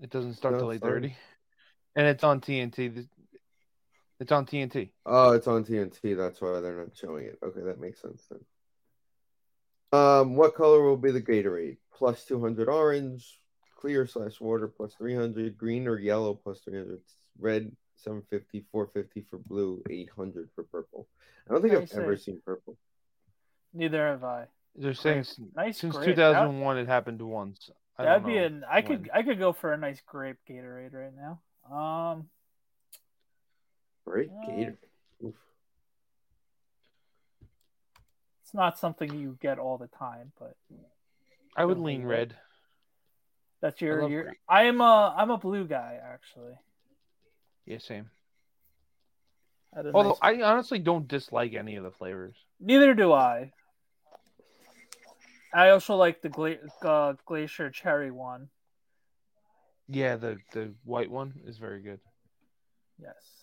It doesn't start
No,
till eight
it's already-
thirty, and it's on TNT. This- It's on TNT.
Oh, it's on TNT. That's why they're not showing it. Okay, that makes sense then. Um, what color will be the Gatorade? Plus two hundred orange, clear slash water plus three hundred, green or yellow plus three hundred, red seven fifty, four fifty for blue, eight hundred for purple. I don't think
Yeah,
I've
you
ever
said-
seen purple.
Neither have I.
They're saying s-
Nice
since
grape.
two thousand one, it happened once. I
That, that'd
don't
be
know
an. I could
when.
I could go for a nice grape Gatorade right now. Um,
Great
Uh,
Gatorade. Oof.
it's not something you get all the time, but
I would
don't
lean
think-
red.
that's your
love
your.
grape.
I am a I'm a blue guy actually.
Yeah, same.
I don't
Although
know.
I honestly don't dislike any of the flavors.
Neither do I. I also like the gla- uh, glacier cherry one.
Yeah, the the white one is very good.
Yes.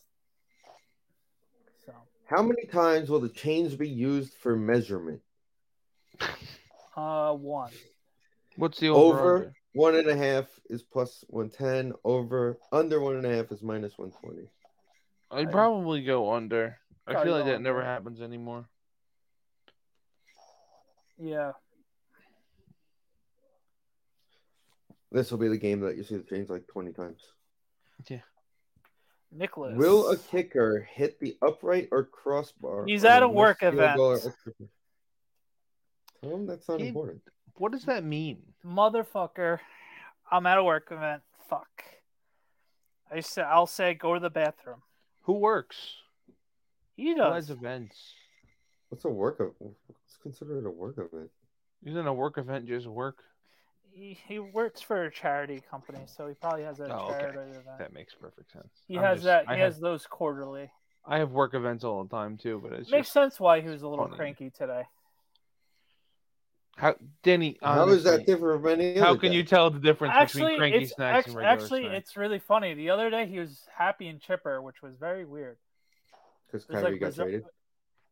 So
How many times will the change be used for measurement?
uh one.
What's the over?
Over one and a half is plus one ten. Over under one and a half is minus one twenty.
I'd
I-
probably go under. I
Probably
feel like
go
that never
under.
happens anymore.
Yeah.
This will be the game that you see the change like twenty times.
Nicholas.
Will a kicker hit the upright or crossbar?
He's
on
at a
missed
work
field
event.
goal or extra point? Tell him that's not
He-
important.
What does that mean?
motherfucker. I'm at a work event. Fuck. I say I'll say go to the bathroom.
Who works?
He
Who has
does.
events?
What's a work event? What's considered a work event?
Isn't a work event just work?
He, he works for a charity company, so he probably has a
Oh, okay.
charity event.
That makes perfect sense.
He
I'm
has
just-
that.
I
He
have,
has those quarterly.
I have work events all the time too, but it's
Makes
just
sense why he was a little
funny.
cranky today.
How, Danny?
How is that
honestly,
different from any
How
other
can
day?
you tell the difference
Actually,
between cranky
it's,
snacks
act-
and regular
actually
snacks?
it's really funny. The other day he was happy and chipper, which was very weird.
Because
It was
Kyrie
like
got
bizar-
traded.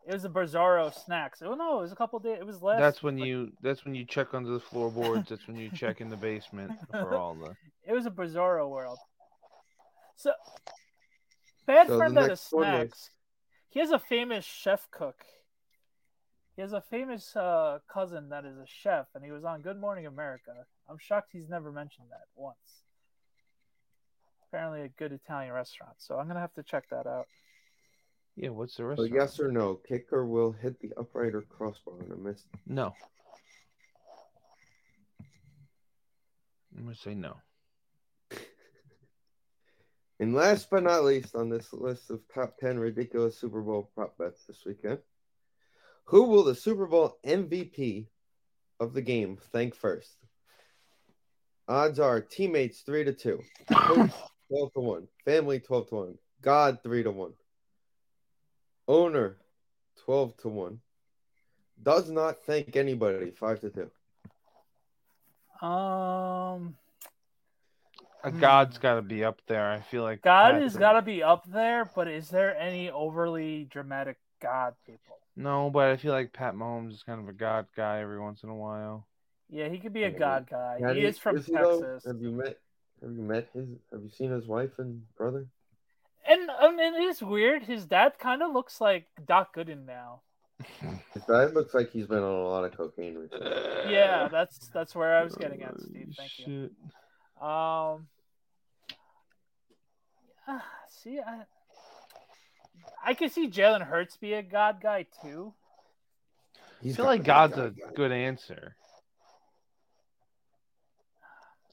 It was a Bizarro snacks. Oh no, it was a couple days. It was last.
That's when
like,
you. That's when you check under the floorboards. that's when you check in the basement for all the.
It was a Bizarro world. So bad
So the
friend of the
next one is-
snacks. He has a famous chef cook. He has a famous uh, cousin that is a chef, and he was on Good Morning America. I'm shocked he's never mentioned that once. Apparently, a good Italian restaurant. So I'm gonna have to check that out.
Yeah, what's the rest?
So yes or no, kicker will hit the upright or crossbar on a miss.
No. I'm gonna say no.
And last but not least on this list of top 10 ridiculous Super Bowl prop bets this weekend, who will the Super Bowl MVP of the game thank first? Odds are teammates 3 to 2, coach 12 to 1, family 12 to 1, God 3 to 1, owner 12 to 1, does not thank anybody 5 to 2.
Um,
A
Hmm.
Uh, God's got to be up there. I feel like
God
that's-
has got to be up there, but is there any overly dramatic God people?
No, but I feel like Pat Mahomes is kind of a God guy every once in a while.
Yeah, he could be a
Yeah,
God guy.
How do
He
you-
is from
he though?
Texas,
Have you met have you met his have you seen his wife and brother?
and I mean, it is weird. His dad kind of looks like Doc Gooden now.
His dad looks like he's been on a lot of cocaine recently.
Yeah, that's that's where I was getting at, Steve. Thank you.
Shit.
Um, ah, see, I I can see Jalen Hurts be a God guy too.
I
He's
feel
gotta
like
be
God's a
God guy.
good answer.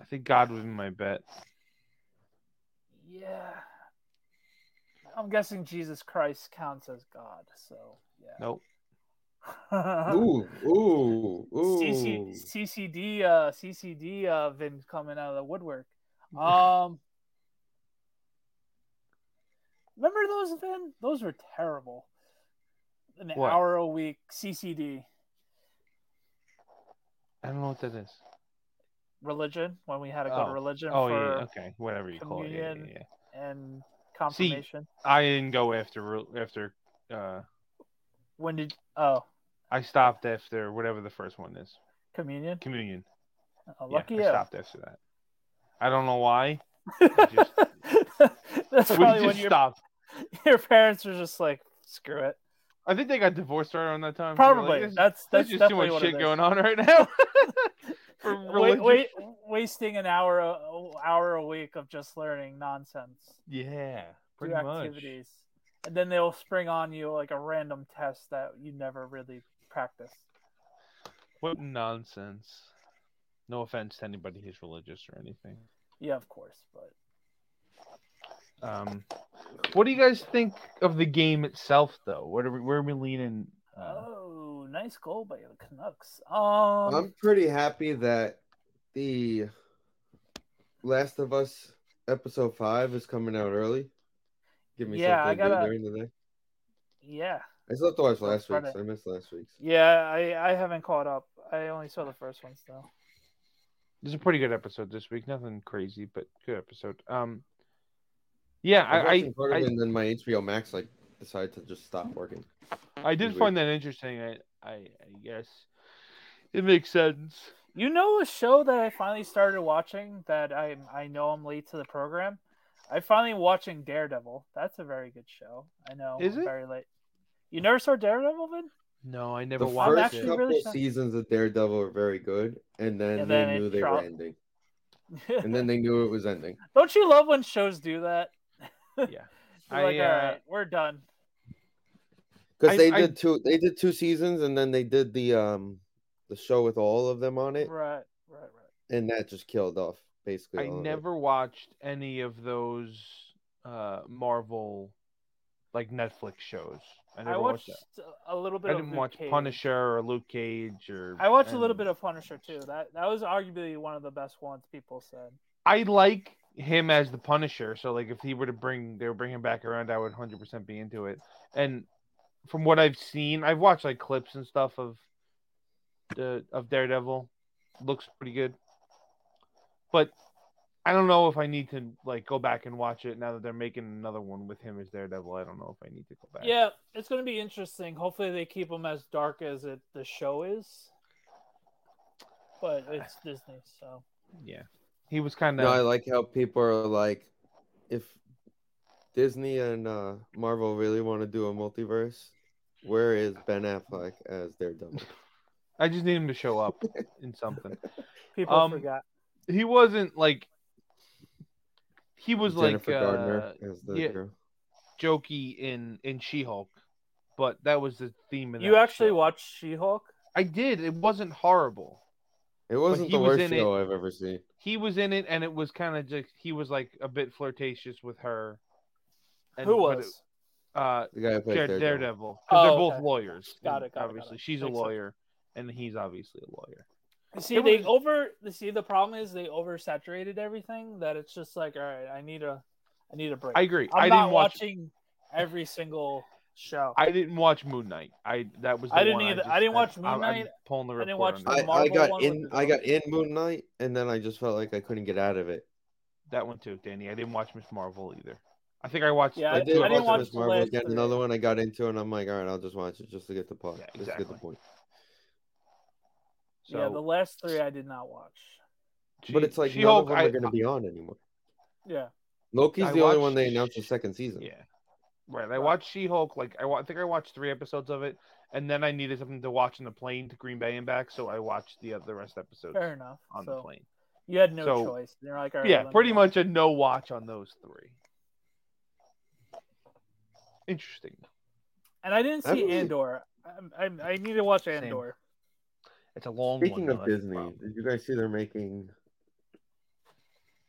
I think God would be my bet.
Yeah, I'm guessing Jesus Christ counts as God. So yeah.
Nope.
Ooh, ooh, ooh.
CC, CCD uh, CCD uh, Vin coming out of the woodwork. Um, remember those Vin? Those were terrible. An
What?
hour a week CCD
I don't know what that is.
religion when we had to go
Oh.
to religion
Oh
for
yeah, okay, whatever you call it. Yeah, yeah,
communion.
yeah.
and confirmation.
I didn't go after re- after. Uh,
When did oh
I stopped after whatever the first one is.
communion?
Communion.
Oh,
Yeah,
lucky
I stopped after that. I don't know why.
you.
just-
That's
We
probably when
just
your,
stopped.
your parents were just like, "Screw it."
I think they got divorced right around that time. so they're like,
Probably.
"There's-
that's
there's
that's
just too
definitely
much
what it
shit
is.
going on right now. For
wait,
religious-
wait, wasting an hour a- hour a week of just learning nonsense
Yeah,
do
pretty much.
activities and then they'll spring on you like a random test that you never really practice
What nonsense. No offense to anybody who's religious or anything.
yeah of course but
Um, what do you guys think of the game itself, though? What are we, where are we leaning? Uh,
oh nice goal by the canucks um
I'm pretty happy that the Last of Us episode five is coming out early. Give me
Yeah, I
something to
gotta-
do during the day.
yeah
I still have to watch last
Friday.
week's. I missed last week's.
yeah i i haven't caught up i only saw the first one still
This is a pretty good episode this week. Nothing crazy, but good episode. Um, yeah,
I, was
I
watching part
I,
of
I,
it and then my HBO Max like decided to just stop working.
I did
Weird.
find that interesting. I, I I guess it makes sense.
You know a show that I finally started watching that I I know I'm late to the program. I finally watching Daredevil. That's a very good show. I know
Is
I'm
it?
very late. You never saw Daredevil, Vin?
No, I
The
never watched
first
actually
it.
couple
really shocked.
seasons of Daredevil were very good, and then
And
they
then it
knew they
dropped.
were ending, and then they knew it was ending.
Don't you love when shows do that?
Yeah,
They're
I,
like, all
uh,
right, we're done.
because
I-
they
I-
did two they did two seasons and then they did the um the show with all of them on it
Right, right, right.
and that just killed off basically
I
all of it.
never watched any of those uh Marvel like Netflix shows. I never
I
watched.
watched
that.
a little bit.
I
of
didn't
Luke
watch
Cage.
Punisher or Luke Cage or.
I watched a little
and-
bit of Punisher too. That that was arguably one of the best ones people said.
I like him as the Punisher, so like if he were to bring they were bringing him back around, I would hundred percent be into it. And from what I've seen, I've watched like clips and stuff of the of Daredevil looks pretty good. But I don't know if I need to like go back and watch it now that they're making another one with him as Daredevil. I don't know if I need to go back.
Yeah, it's going to be interesting. Hopefully, they keep them as dark as it the show is. But it's Disney, so
Yeah. He was kind
No, I
of
like how people are like, if Disney and uh, Marvel really want to do a multiverse, where is Ben Affleck as Daredevil?
I just need him to show up in something.
people
Um,
forgot.
He wasn't like he was
Jennifer
like
Gardner
uh,
as the
yeah.
girl.
jokey in in She-Hulk, but that was the theme in
You
that
actually
show.
watched She-Hulk?
I did. It wasn't horrible.
It wasn't
he
the
was
worst
in
show I've ever seen.
He was in it, and it was kind of just he was like a bit flirtatious with her. And-
Who
but
was?
it- uh,
The guy who played
Dare-
Daredevil.
Daredevil. 'cause
Oh,
they're both
okay.
lawyers.
Got it, got
and
it, got
obviously,
it.
she's a
Makes sense.
lawyer, and he's obviously a lawyer.
See,
It
they
was-
over. See, the problem is they oversaturated everything. That it's just like, all right, I need a, I need a break.
I agree.
I'm
I did
not
not watch.
watching every single show. I,
I didn't watch Moon Knight. I that was. The
I didn't
one
either.
just-
I didn't watch
I'm-
Moon
I'm
Knight.
pulling the
I didn't
report
watch
on
I,
that.
the
I
Marvel
got
one
in
with the
I got in
zombies.
Moon Knight and then I just felt like I couldn't get out of it.
that one too, Danny. I didn't watch Miss Marvel either. I think I watched.
Yeah,
I,
like,
did
two
I didn't
episodes.
watch
watch
Miss
the
Marvel
last
again.
three.
Another one I got into and I'm like, all right, I'll just watch it just to get the plot,
Yeah,
just to get the
exactly.
point.
So,
yeah, the last three I did not watch.
but
she-
it's like none
She-Hulk,
of them
I-
are going to be on anymore.
Yeah,
Loki's
I
the only
watched-
one they announced the second season.
Yeah. Right. I
Right.
watched She Hulk. Like I, wa- I think I watched three episodes of it, and then I needed something to watch on the plane to Green Bay and back, so I watched the other the rest of the episodes
fair enough.
on the
So
plane.
you had no
So-
choice. They're like, all right,
yeah,
let me
pretty
watch.
much a no watch on those three. Interesting.
And I didn't
I
see
don't really-
Andor. I, I, I need to watch
Same.
Andor.
It's a long
Speaking
one.
of
though, that's the
Disney,
problem.
did you guys see they're making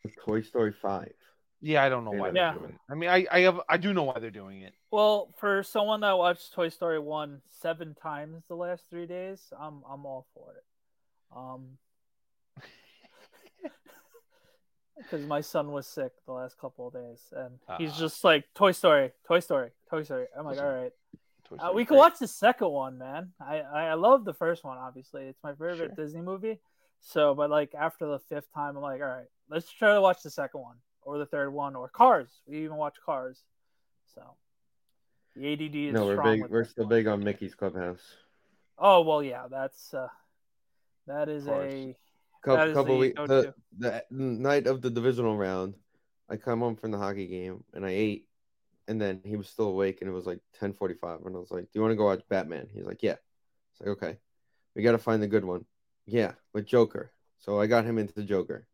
a Toy Story Five?
Yeah, I don't know why
Yeah.
they're doing it. I mean, I, I have I do know why they're doing it.
Well, for someone that watched Toy Story one seven times the last three days, I'm I'm all for it. Um, because my son was sick the last couple of days, and he's
Ah.
just like Toy Story, Toy Story, Toy Story. I'm like,
Listen,
all right,
Toy
uh,
Story
we
three.
can watch the second one, man. I I, I love the first one, obviously. It's my favorite
Sure.
Disney movie. So, but like after the fifth time, I'm like, all right, let's try to watch the second one or the third one or Cars. We even watch Cars. So, the ADD is
No, we're
strong.
big.
with
We're
this
still
one.
big on Mickey's Clubhouse.
Oh well, yeah, that's uh, that is
Cars.
a
Couple,
That is
couple
the
weeks. The,
go-to.
the night of the divisional round, I come home from the hockey game and I ate, and then he was still awake and it was like ten forty five and I was like, "Do you want to go watch Batman?" He's like, "Yeah." It's like, "Okay, we got to find the good one." Yeah, with Joker. So I got him into Joker.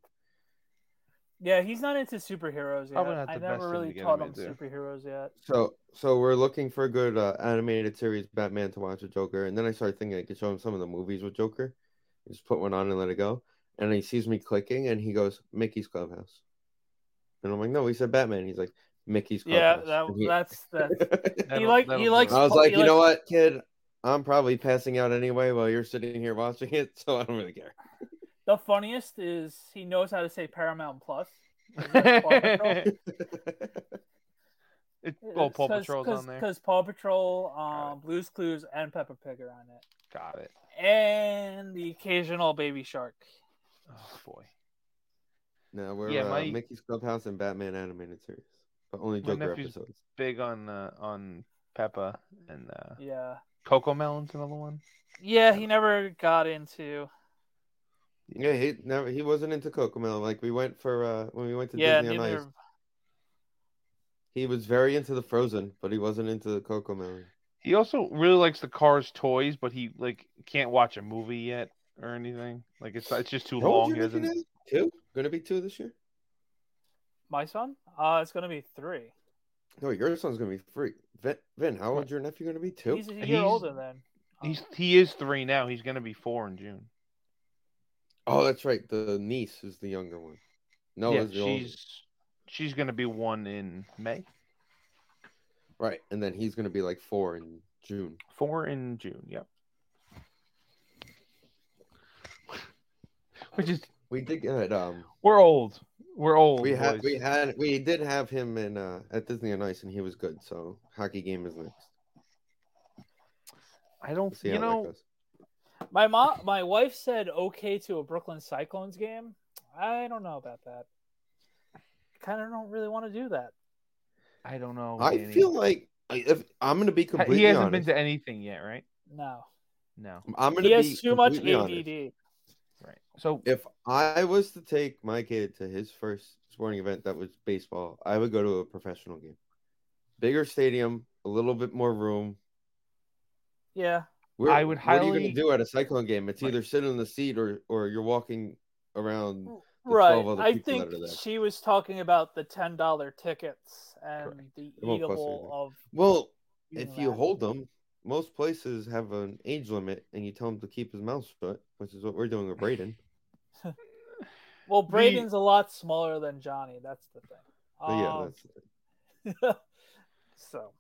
yeah. He's not into superheroes yet.
Probably not
I
the best
never
thing
really
to get
taught
him
him
into.
superheroes yet.
So, so we're looking for a good uh, animated series Batman to watch with Joker, and then I started thinking I could show him some of the movies with Joker. I just put one on and let it go, and he sees me clicking, and he goes, "Mickey's Clubhouse," and I'm like, "No, we said Batman." He's like, "Mickey's
Yeah,
Clubhouse."
that,
And he-
that's that's
That'll-
like- he
that'll do
likes-
it.
I was
Oh,
like,
he
"You know what, kid? I'm probably passing out anyway while you're sitting here watching it, so I don't really care."
the funniest. Is he knows how to say Paramount Plus? That's Paw Patrol.
It- oh, Paw Patrol's on there.
because Paw Patrol,
Got
um, Blue's Clues, and Peppa Pig are on it,
Got it.
and the occasional Baby Shark.
Oh boy.
no, we're
Yeah,
uh,
my-
Mickey's Clubhouse and Batman animated series, but only
My
Joker
nephew's-
episodes.
Big on uh, on Peppa and uh,
Yeah,
Coco Melon's another one.
yeah. He never got into.
Yeah, he never he wasn't into Cocomelon. Like we went for uh when we went to
Yeah,
Disney on Ice,
neither.
he was very into the Frozen, but he wasn't into the Cocomelon.
He also really likes the Cars toys, but he like can't watch a movie yet or anything. Like it's it's just too
How old
long. He
your Mickey
doesn't.
now? Two? Gonna be two this year?
My son? Uh, it's gonna be three.
No, your son's gonna be three. Vin, Vin how old's your nephew gonna be? Two.
He's a year
He's-
older than.
He's he is three now. He's gonna be four in June.
Oh, that's right. The niece is the younger one. No,
yeah,
is the older.
she's she's gonna be one in May.
right, and then he's gonna be like four in June.
Four in June. Yep. Which is
We did get um
we're old. We're old.
we had
boys.
we had we did have him in uh at Disney on Ice and he was good, so hockey game is next.
I don't.
We'll see
You
how that
know.
goes.
Um, My mom, my wife said okay to a Brooklyn Cyclones game. I don't know about that. Kind of don't really want to do that.
I don't know.
I
Danny.
feel like I- if I'm gonna be completely
he hasn't
honest,
been to anything yet, right?
No,
No,
I'm gonna
he
be
has too much ADD.
completely honest.
right. So
If I was to take my kid to his first sporting event that was baseball, I would go to a professional game. Bigger stadium, a little bit more room.
Yeah,
Where,
I would
What are you
highly-
going to do at a cyclone game? It's
Right.
either sit in the seat or or you're walking around. the 12
right.
other
I
people
think
that are there.
she was talking about the ten dollar tickets and
Correct.
the
won't cost
eatable
anything.
of.
Well,
eating
if you
that.
hold them, most places have an age limit, and you tell him to keep his mouth shut, which is what we're doing with Braden.
well,
the-
Braden's a lot smaller than Johnny. That's the thing.
But yeah,
Um,
that's
so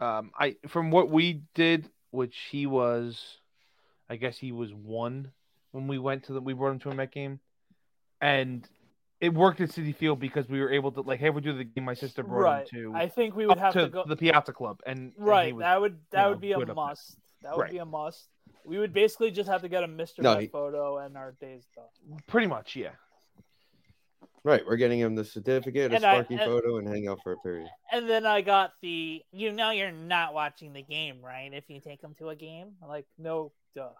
um, I from what we did, which he was, I guess he was one when we went to the we brought him to a Met game, and it worked at City Field because we were able to like, hey, we do the game. My sister brought
right,
him to.
I think we would
up
have
to
to go.
the Piazza Club, and and he
Right.
was-
that would that
you
would
know,
be a
good up there.
must. That would
Right.
be a must. We would basically just have to get a Mr.
No,
Met
he-
photo and our days done.
pretty much, yeah.
right. We're getting him the certificate, a
And I-
Sparky
and-
photo, and hang out for a period.
And then I got the you know you're not watching the game, right? If you take them to a game, I'm like no duh.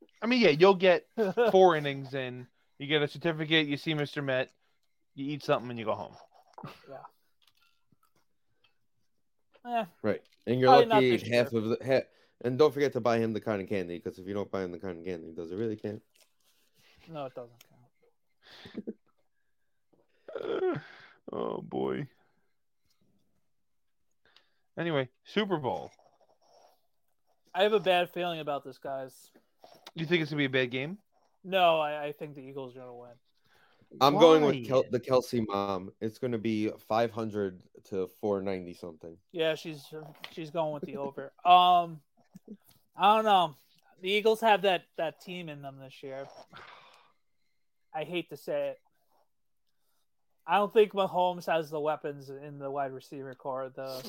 I mean, yeah, you'll get
yeah,
four innings in, you get a certificate, you see Mr. Met, you eat something, and you go home.
Eh,
Right, and you're
Probably not
lucky
this
half
year.
of the half, and don't forget to buy him the cotton candy because if you don't buy him the cotton candy, does it really count?
no, it doesn't count.
oh boy. Anyway, Super Bowl.
I have a bad feeling about this, guys.
You think it's gonna be a bad game?
No, I, I think the Eagles are gonna win.
I'm going with
Why?
Kel- the Kelsey mom. It's going to be 500 to 490 something.
Yeah, she's she's going with the over. Um, I don't know. The Eagles have that that team in them this year. I hate to say it. I don't think Mahomes has the weapons in the wide receiver core the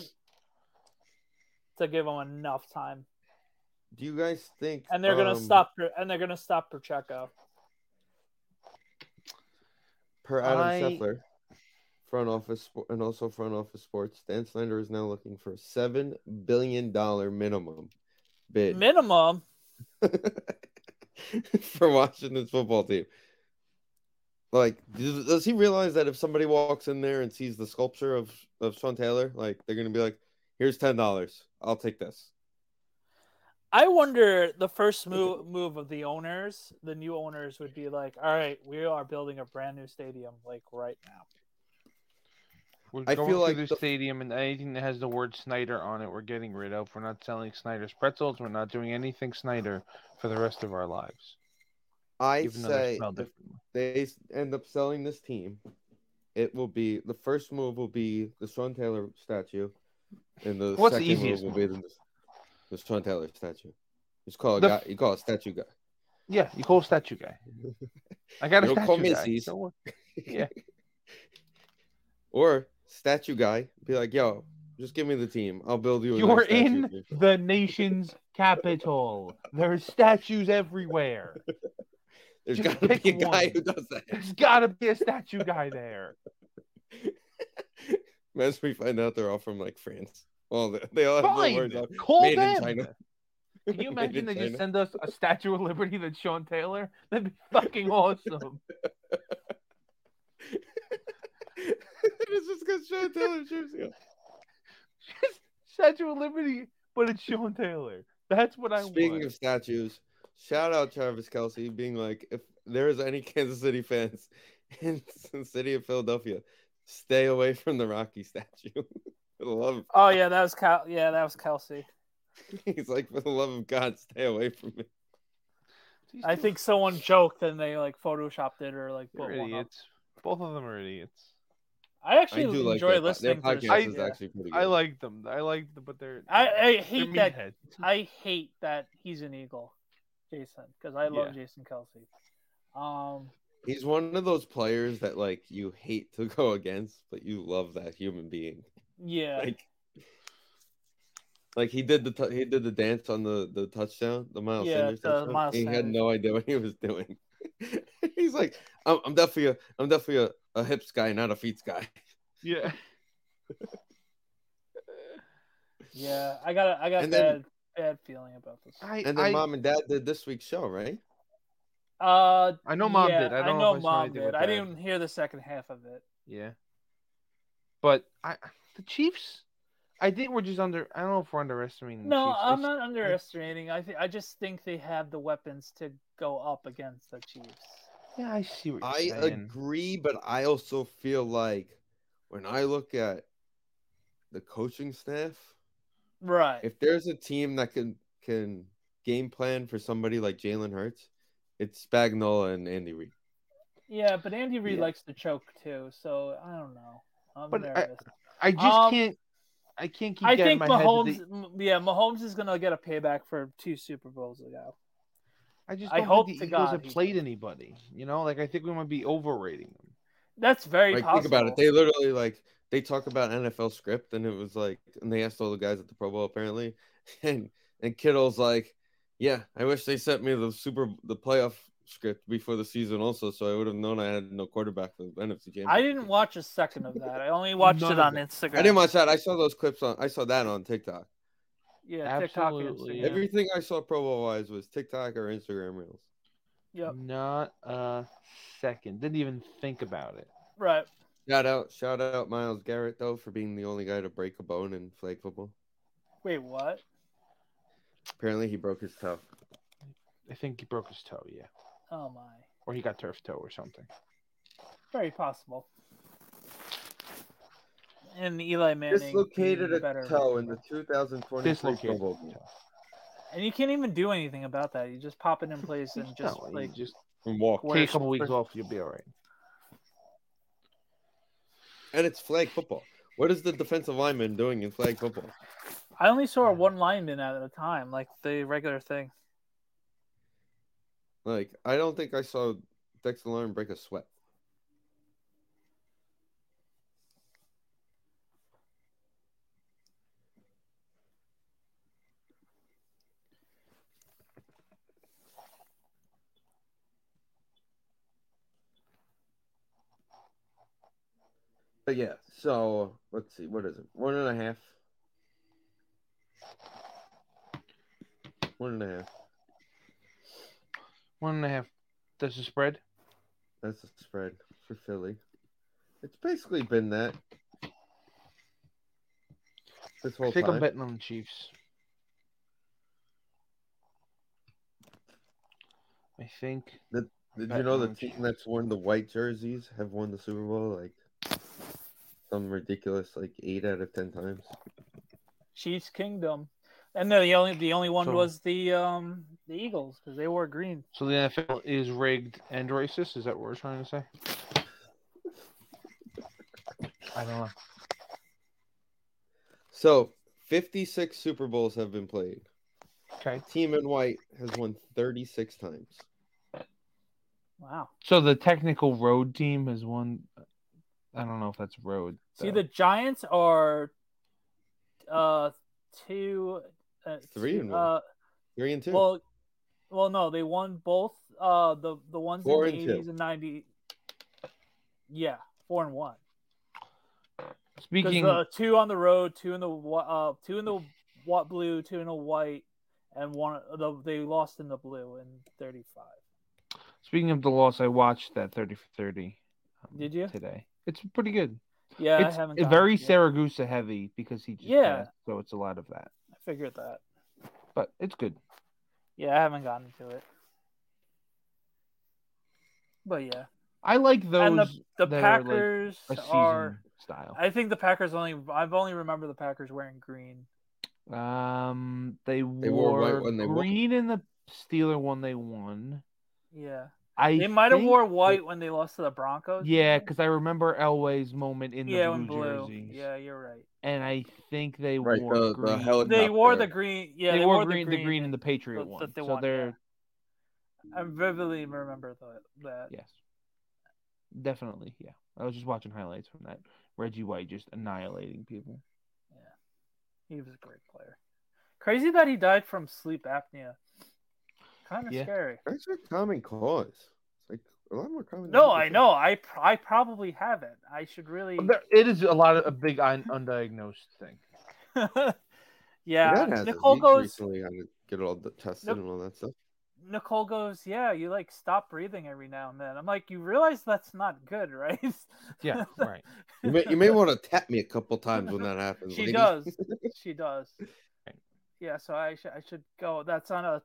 to give him enough time,
Do you guys think?
and they're gonna
um,
stop. And they're gonna stop Pacheco.
per Adam
I-
Scheffler, front office spo- and also front office sports. Dan Snyder is now looking for a seven billion dollar minimum bid
Minimum.
for Washington's football team. Like, does, does he realize that if somebody walks in there and sees the sculpture of of Sean Taylor, like they're gonna be like, "Here's ten dollars, I'll take this."
I wonder the first move move of the owners, the new owners would be like, "All right, we are building a brand new stadium like right now."
We're
I
going
feel
through
like
the
the-
stadium and anything that has the word Snyder on it, we're getting rid of. We're not selling Snyder's pretzels. We're not doing anything Snyder for the rest of our lives.
I
Even though they
say
smell
if
differently.
they s- end up selling this team, it will be the first move will be the Sean Taylor statue, and the
What's the
second
easiest
move will be the, the Sean Taylor statue. Just call a
The-
guy. You call a statue guy.
Yeah, you call a statue guy. I got a
You'll
statue
call
guy.
Macy's.
Don't worry. Yeah.
Or statue guy, be like, yo, just give me the team. I'll build you. A
You're
nice statue for
in
you."
the nation's capital. There are statues everywhere.
There's
just
got to
pick
be a guy
one.
who does that.
There's got to be a statue guy there.
As we find out, they're all from like France. Well, they- they all have little
Fine.
words on.
Call
Made in
them.
China.
Can you imagine they
Made in China.
just send us a Statue of Liberty that's Sean Taylor? That'd be fucking awesome.
it's just got Sean Taylor jersey on.
Just Statue of Liberty, but it's Sean Taylor. That's what I
Speaking
want.
of statues, shout out Travis Kelsey being like, if there is any Kansas City fans in the city of Philadelphia, stay away from the Rocky statue. for the love,
Oh yeah, that was Cal- yeah, that was Kelsey.
of, he's like, for the love of God, stay away from me.
These
I
two
think someone joked and they like photoshopped it or like
are
put one up.
idiots. Both of them are idiots.
I
I
actually
do like their, po-
enjoy
their
listening to
podcast.
this.
is
yeah.
actually pretty good.
I like them. I like them, but they're
I, I
they're
hate that.
meatheads.
I hate that he's an Eagle, Jason, because I love Jason Kelsey. Um,
He's one of those players that like you hate to go against, but you love that human being.
yeah,
Like Like he did the t- he did the dance on the the touchdown, the Miles
Yeah,
Sanders
the
touchdown.
Miles
and he had
Sanders.
no idea what he was doing. He's like, I'm, I'm definitely a I'm definitely a, a hips guy, not a feet guy.
Yeah.
Yeah, I got a, I got a
And
bad
then-
bad feeling about this.
I
And then
I,
mom and dad did this week's show, right?
Uh,
I know mom
yeah,
did. I don't know,
know
if I saw
mom
anything
did.
with
I
that.
didn't hear the second half of it.
Yeah. But I the Chiefs I think we're just under I don't know if we're underestimating the
No,
Chiefs.
I'm
It's-
not underestimating. I th- I just think they have the weapons to go up against the Chiefs.
Yeah, I see what you're
I
saying.
agree, but I also feel like when I look at the coaching staff,
Right.
if there's a team that can can game plan for somebody like Jalen Hurts, it's Spagnola and Andy Reid.
yeah, but Andy Reid
Yeah.
likes to choke too, so I don't know. I'm
But I-
nervous.
I just
Um,
can't I can't keep
I
that
think
in my head that
Mahomes,
they-
m- yeah, Mahomes is gonna get a payback for two Super Bowls ago.
I just
I
don't
hope to
think the Eagles
God
have
he
played
does.
anybody. You know, like I think we might be overrating them.
That's very
Like
possible.
think about it. They literally like they talk about NFL script and it was like and they asked all the guys at the Pro Bowl apparently and and Kittle's like, Yeah, I wish they sent me the super the playoff script before the season also so I would have known I had no quarterback for the NFC championship.
I didn't watch a second of that. I only watched
None
it
of
on
it.
Instagram.
I didn't watch that. I saw those clips on I saw that on TikTok.
Yeah, TikTok and
Absolutely.
Instagram.
Every-
Everything I saw Pro Bowl wise was TikTok or Instagram reels.
Yep.
Not a second. Didn't even think about it.
Right.
Shout out, shout out Miles Garrett though for being the only guy to break a bone in flag football.
Wait, what?
Apparently he broke his toe.
I think he broke his toe, yeah.
Oh my.
Or he got turf toe or something.
Very possible. And Eli Manning
Dislocated
being
a
better.
toe in the 2023 Pro
Dislocated.
Bowl game
And you can't even do anything about that. You just pop it in place and just
No,
like
you just
from walk.
Where-
take a couple weeks off, you'll be all right.
And it's flag football. What is the defensive lineman doing in flag football?
I only saw one lineman at a time, like the regular thing.
Like, I don't think I saw Dexter Lawrence break a sweat. But yeah, so let's see, what is it? One and a half. One and a half.
One and a half. That's the spread.
That's the spread for Philly. It's basically been that this
I
whole
think I'm
time.
betting on the Chiefs. I think
Did you
betting
know
on
the
the
team
Chiefs.
that's worn the white jerseys have won the Super Bowl like some ridiculous like eight out of ten times?
Chiefs Kingdom. And the only the only one
So-
was the um the Eagles because they wore green.
so. The NFL is rigged and racist. Is that what we're trying to say? I don't know.
So fifty-six Super Bowls have been played.
Okay.
Team in white has won thirty-six times.
Wow.
So the technical road team has won. I don't know if that's road.
See,
though.
the Giants are uh two uh,
Three
two-
and one.
uh,
Three and two.
well, well, no, they won both uh the the ones
Four
in
and
the
two.
eighties and ninety. Yeah, four and one. Because
speaking.
uh, two on the road, two in the wh- uh two in the what blue, two in the white, and one the, they lost in the blue in thirty five.
Speaking of the loss, I watched that 30 for 30. um,
Did you?
Today. It's pretty good.
Yeah,
it's
I haven't.
it's
gotten
very
it yet.
Saragusa heavy because he just
Yeah.
passed, so it's a lot of that.
I figured that.
But it's good.
Yeah, I haven't gotten to it. But yeah,
I like those
and the the
that are, like,
Packers
a
are,
season style.
I think the Packers only. I've only remember the Packers wearing green.
Um they wore,
wore white when they won.
green in the Steeler one they won.
Yeah,
I
they might have
think-
wore white when they lost to the Broncos.
Yeah, because I remember Elway's moment in the
yeah,
blue,
in blue.
jerseys.
Yeah, you're right.
And I think they
Right,
wore
the- the
green.
helicopter.
They
not
wore
fair.
the green. Yeah,
they,
they,
wore,
the
green, the green in the Patriot
that-
one.
that they
so
won, yeah.
they're
I vividly remember that. that.
Yes. Definitely, yeah. I was just watching highlights from that. Reggie White just annihilating people.
He was a great player. Crazy that he died from sleep apnea. Kind of
Yeah.
scary.
That's a common cause. It's like a lot more common. than
No,
people
I
think.
know. I pr- I probably haven't. I should really.
There- It is a lot of a big un- undiagnosed thing.
That
yeah,
has a
Nicole
leak
goes.
Recently, I get it all d- tested
Nope.
and all that stuff.
Nicole goes. Yeah, you like stop breathing every now and then. I'm like, you realize that's not good, right?
Yeah, right.
You may, you may want to tap me a couple times when that happens.
She
lady.
does. she does.
Right.
Yeah, so I should I should go. That's on a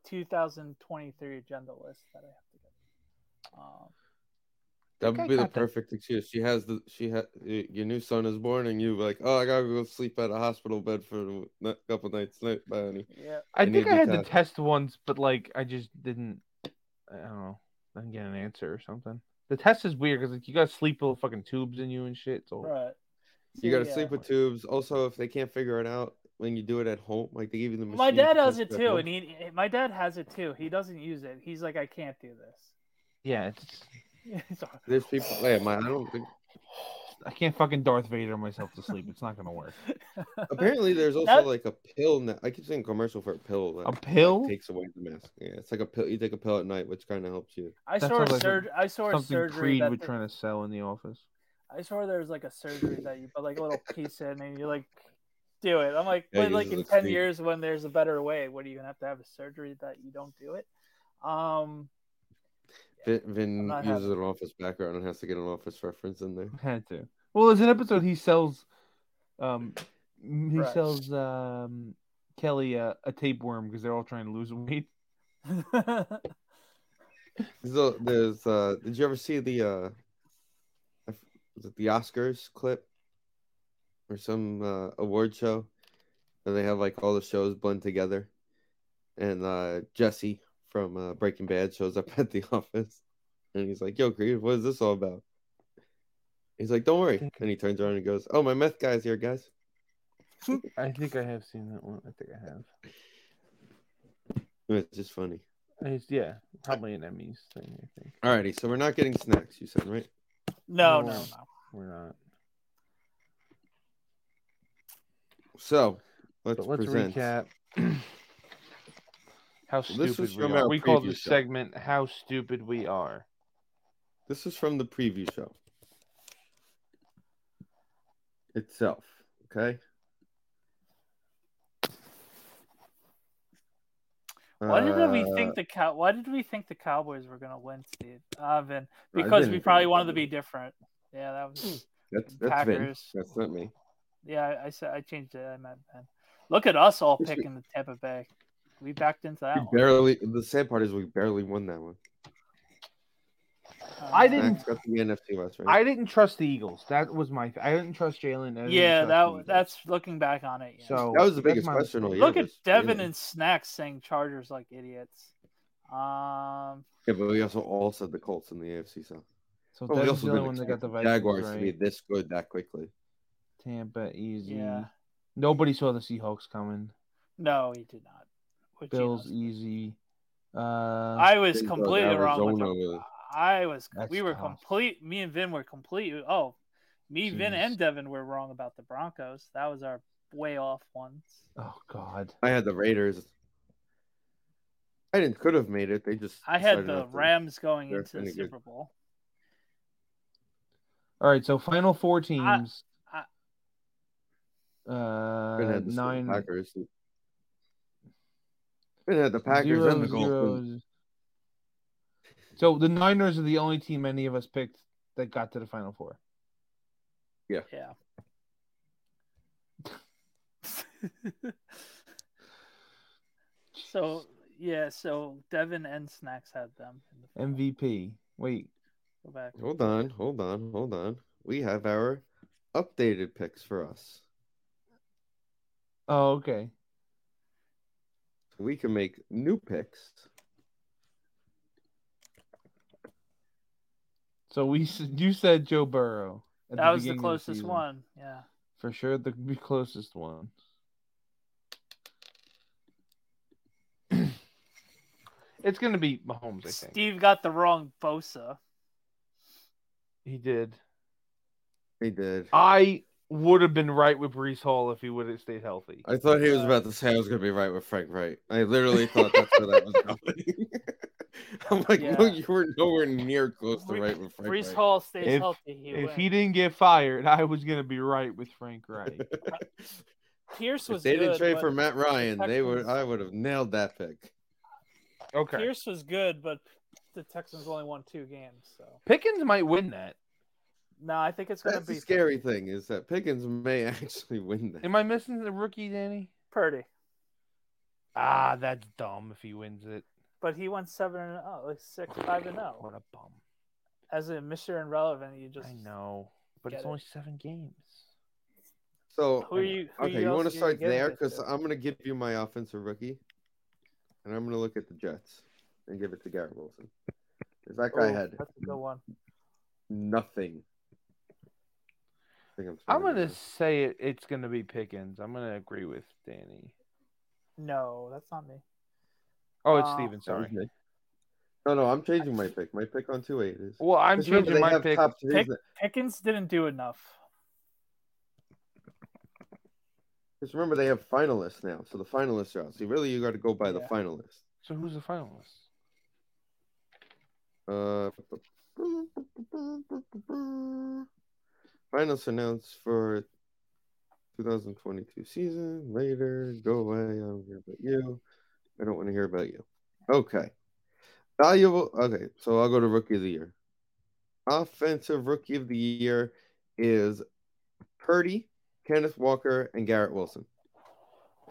2023 agenda list that I have to get. Um,
That
Okay,
would be the
Captain.
perfect excuse. She has the she had your new son is born, and you were like, oh, I gotta go sleep at a hospital bed for a n- couple nights, night, Bonnie.
Um, yeah,
I
You
think
need
I
to
had the
test.
test once, but like I just didn't. I don't know. I didn't get an answer or something. The test is weird because like you got sleep with fucking tubes in you and shit. So
right.
You gotta
Yeah.
sleep with tubes. Also, if they can't figure it out when you do it at home, like they give you the machine.
My dad
to
has
test
it too,
home.
and he my dad has it too. He doesn't use it. He's like, I can't do
yeah, it's
this. So-
There's people. Yeah, my, I don't
Uh,
think.
I can't fucking Darth Vader myself to sleep. It's not gonna work.
Apparently, there's also
That-
like a pill now. I keep seeing commercial for a pill. That,
A pill?
like, takes away the mask. Yeah, it's like a pill. You take a pill at night, which kind of helps you.
I
That
saw a
sounds like a-
surg- I saw a
Something
surgery
Creed
that
was
they-
trying to sell in the office.
I saw there was like a surgery that you put like a little piece in and you like do it. I'm like,
Yeah,
but
you
like
just
in
look
ten
stupid.
years when there's a better way, what are you gonna have to have a surgery that you don't do it? Um,
Vin, Vin
not
uses an office background and has to get an office reference in there.
Had to. Well, there's an episode he sells. Um, he
Right.
sells um Kelly uh, a tapeworm because they're all trying to lose weight.
So there's uh did you ever see the uh I f- was it the Oscars clip or some uh award show where they have like all the shows blend together and uh Jesse from uh, Breaking Bad shows up at the office and he's like, Yo Creed, what is this all about? He's like, Don't worry and he turns around and goes, Oh my meth guy's here, guys.
I think I have seen that one. I think I have.
It's just funny.
It's, yeah, probably an Emmys thing. I think
Alrighty, so we're not getting snacks, you said, right?
no,
No.
no, no.
we're not.
So let's,
But let's
present
recap. How
So this
stupid
was from
we are.
our
We call
previous
this
show.
segment "How Stupid We Are."
This is from the preview show itself. Okay.
Why did we
Uh,
think the cow? Why did we think the Cowboys were gonna win, Steve? Uh,
I
Vin, because we
didn't
probably
think
wanted to
that.
be different. Yeah, that was.
That's, that's Vin.
Packers.
That's not me.
Yeah, I- I said I changed it. I meant Ben. Look at us all
Yes, we-
picking the Tampa Bay. We backed into that.
We
one.
barely. The sad part is we barely won that one.
Uh,
I
Max
didn't-
got the NFC West right.
I didn't trust the Eagles. That was my. I didn't trust Jalen. I didn't
Yeah,
trust the
that
Eagles.
that's looking back on it. Yeah.
So
that was the
that's
biggest
my
question all
mistake.
year.
Look at
was
Devin
Jalen.
and Snacks saying Chargers like idiots. Um,
Yeah, but we also all said the Colts in the AFC South.
So
But Oh, we
that's
also
the only
didn't
one that got
expect
the
the
Vikings
Jaguars to
right.
be this good that quickly.
Tampa easy.
Yeah.
Nobody saw the Seahawks coming.
no, he did not. Which he
Bills
knows.
easy. Uh,
I was
Bills,
completely wrong. With
Arizona
the,
was-
I was. we
That's
were
tough.
complete. Me and Vin were complete. Oh, me, Vin,
Jeez.
and Devin were wrong about the Broncos. That was our way off ones.
oh God.
I had the Raiders. I didn't could have made it. They just.
I had
decided
the
not to.
Rams going
They're
into the
pretty good.
Super Bowl.
All right, so final four teams.
I-
Could
uh,
have the
nine
Packers. Could have the Packers and the
zeros,
Colts.
zeros. So the Niners are the only team any of us picked that got to the final four.
Yeah. so yeah, so Devin and Snacks had them. In the final.
MVP. Wait,
Go back.
Hold on, hold on, hold on. We have our updated picks for us.
oh okay.
We can make new picks.
So we s- you said Joe Burrow. at
That was the
beginning of
closest
season.
one. Yeah.
for sure. The closest one. it's gonna be Mahomes. I think
Steve got the wrong Bosa.
he did.
They did.
I would have been right with Brees Hall if he would have stayed healthy.
I thought he was about to say I was gonna be right with Frank Wright. I literally thought that's where that was going. I'm like, no,
Yeah.
you were nowhere near close to
Bre-
right with Frank
Brees
Wright.
Hall stays
If-
healthy. He
if
wins.
he didn't get fired, I was gonna be right with Frank Wright.
Pierce was
If they
good,
didn't trade
but
for Matt Ryan, they would.
Texans-
I would have nailed that pick.
Okay,
Pierce was good, but the Texans only won two games. So
Pickens might win that.
no, I think it's going
That's
to be
the scary thing is that Pickens may actually win that.
Am I missing the rookie, Danny?
Purdy.
Ah, that's dumb. If he wins it,
But he went seven and oh, like six, five and zero.
What a bum.
As a Mr. Irrelevant, you just
I know, but
get
it's
it.
only seven games.
So
Who are you? Who
okay, you
else
want
are
to start
giving
there
it
because
to?
I'm gonna give you my offensive rookie, and I'm gonna look at the Jets and give it to Garrett Wilson. 'Cause that guy
Oh,
had
That's a good one.
nothing. I think I'm,
I'm
starting
gonna
now.
say it, it's gonna be Pickens. I'm gonna agree with Danny.
No, that's not me.
Oh, it's
Uh,
Steven,
That was
sorry.
me. No, no, I'm changing my pick. My pick on two eight is.
Well, I'm
Just remember
changing
they
my
have
pick.
top threes
Pick-
that-
Pickens didn't do enough.
Just remember they have finalists now, so the finalists are out. So really, you got to go by the
Yeah.
finalists.
So who's the finalist?
Uh, finals announced for 2022 season. Later, go away. I don't care about you. I don't want to hear about you. Okay. Valuable. Okay, so I'll go to rookie of the year. Offensive rookie of the year is Purdy, Kenneth Walker, and Garrett Wilson.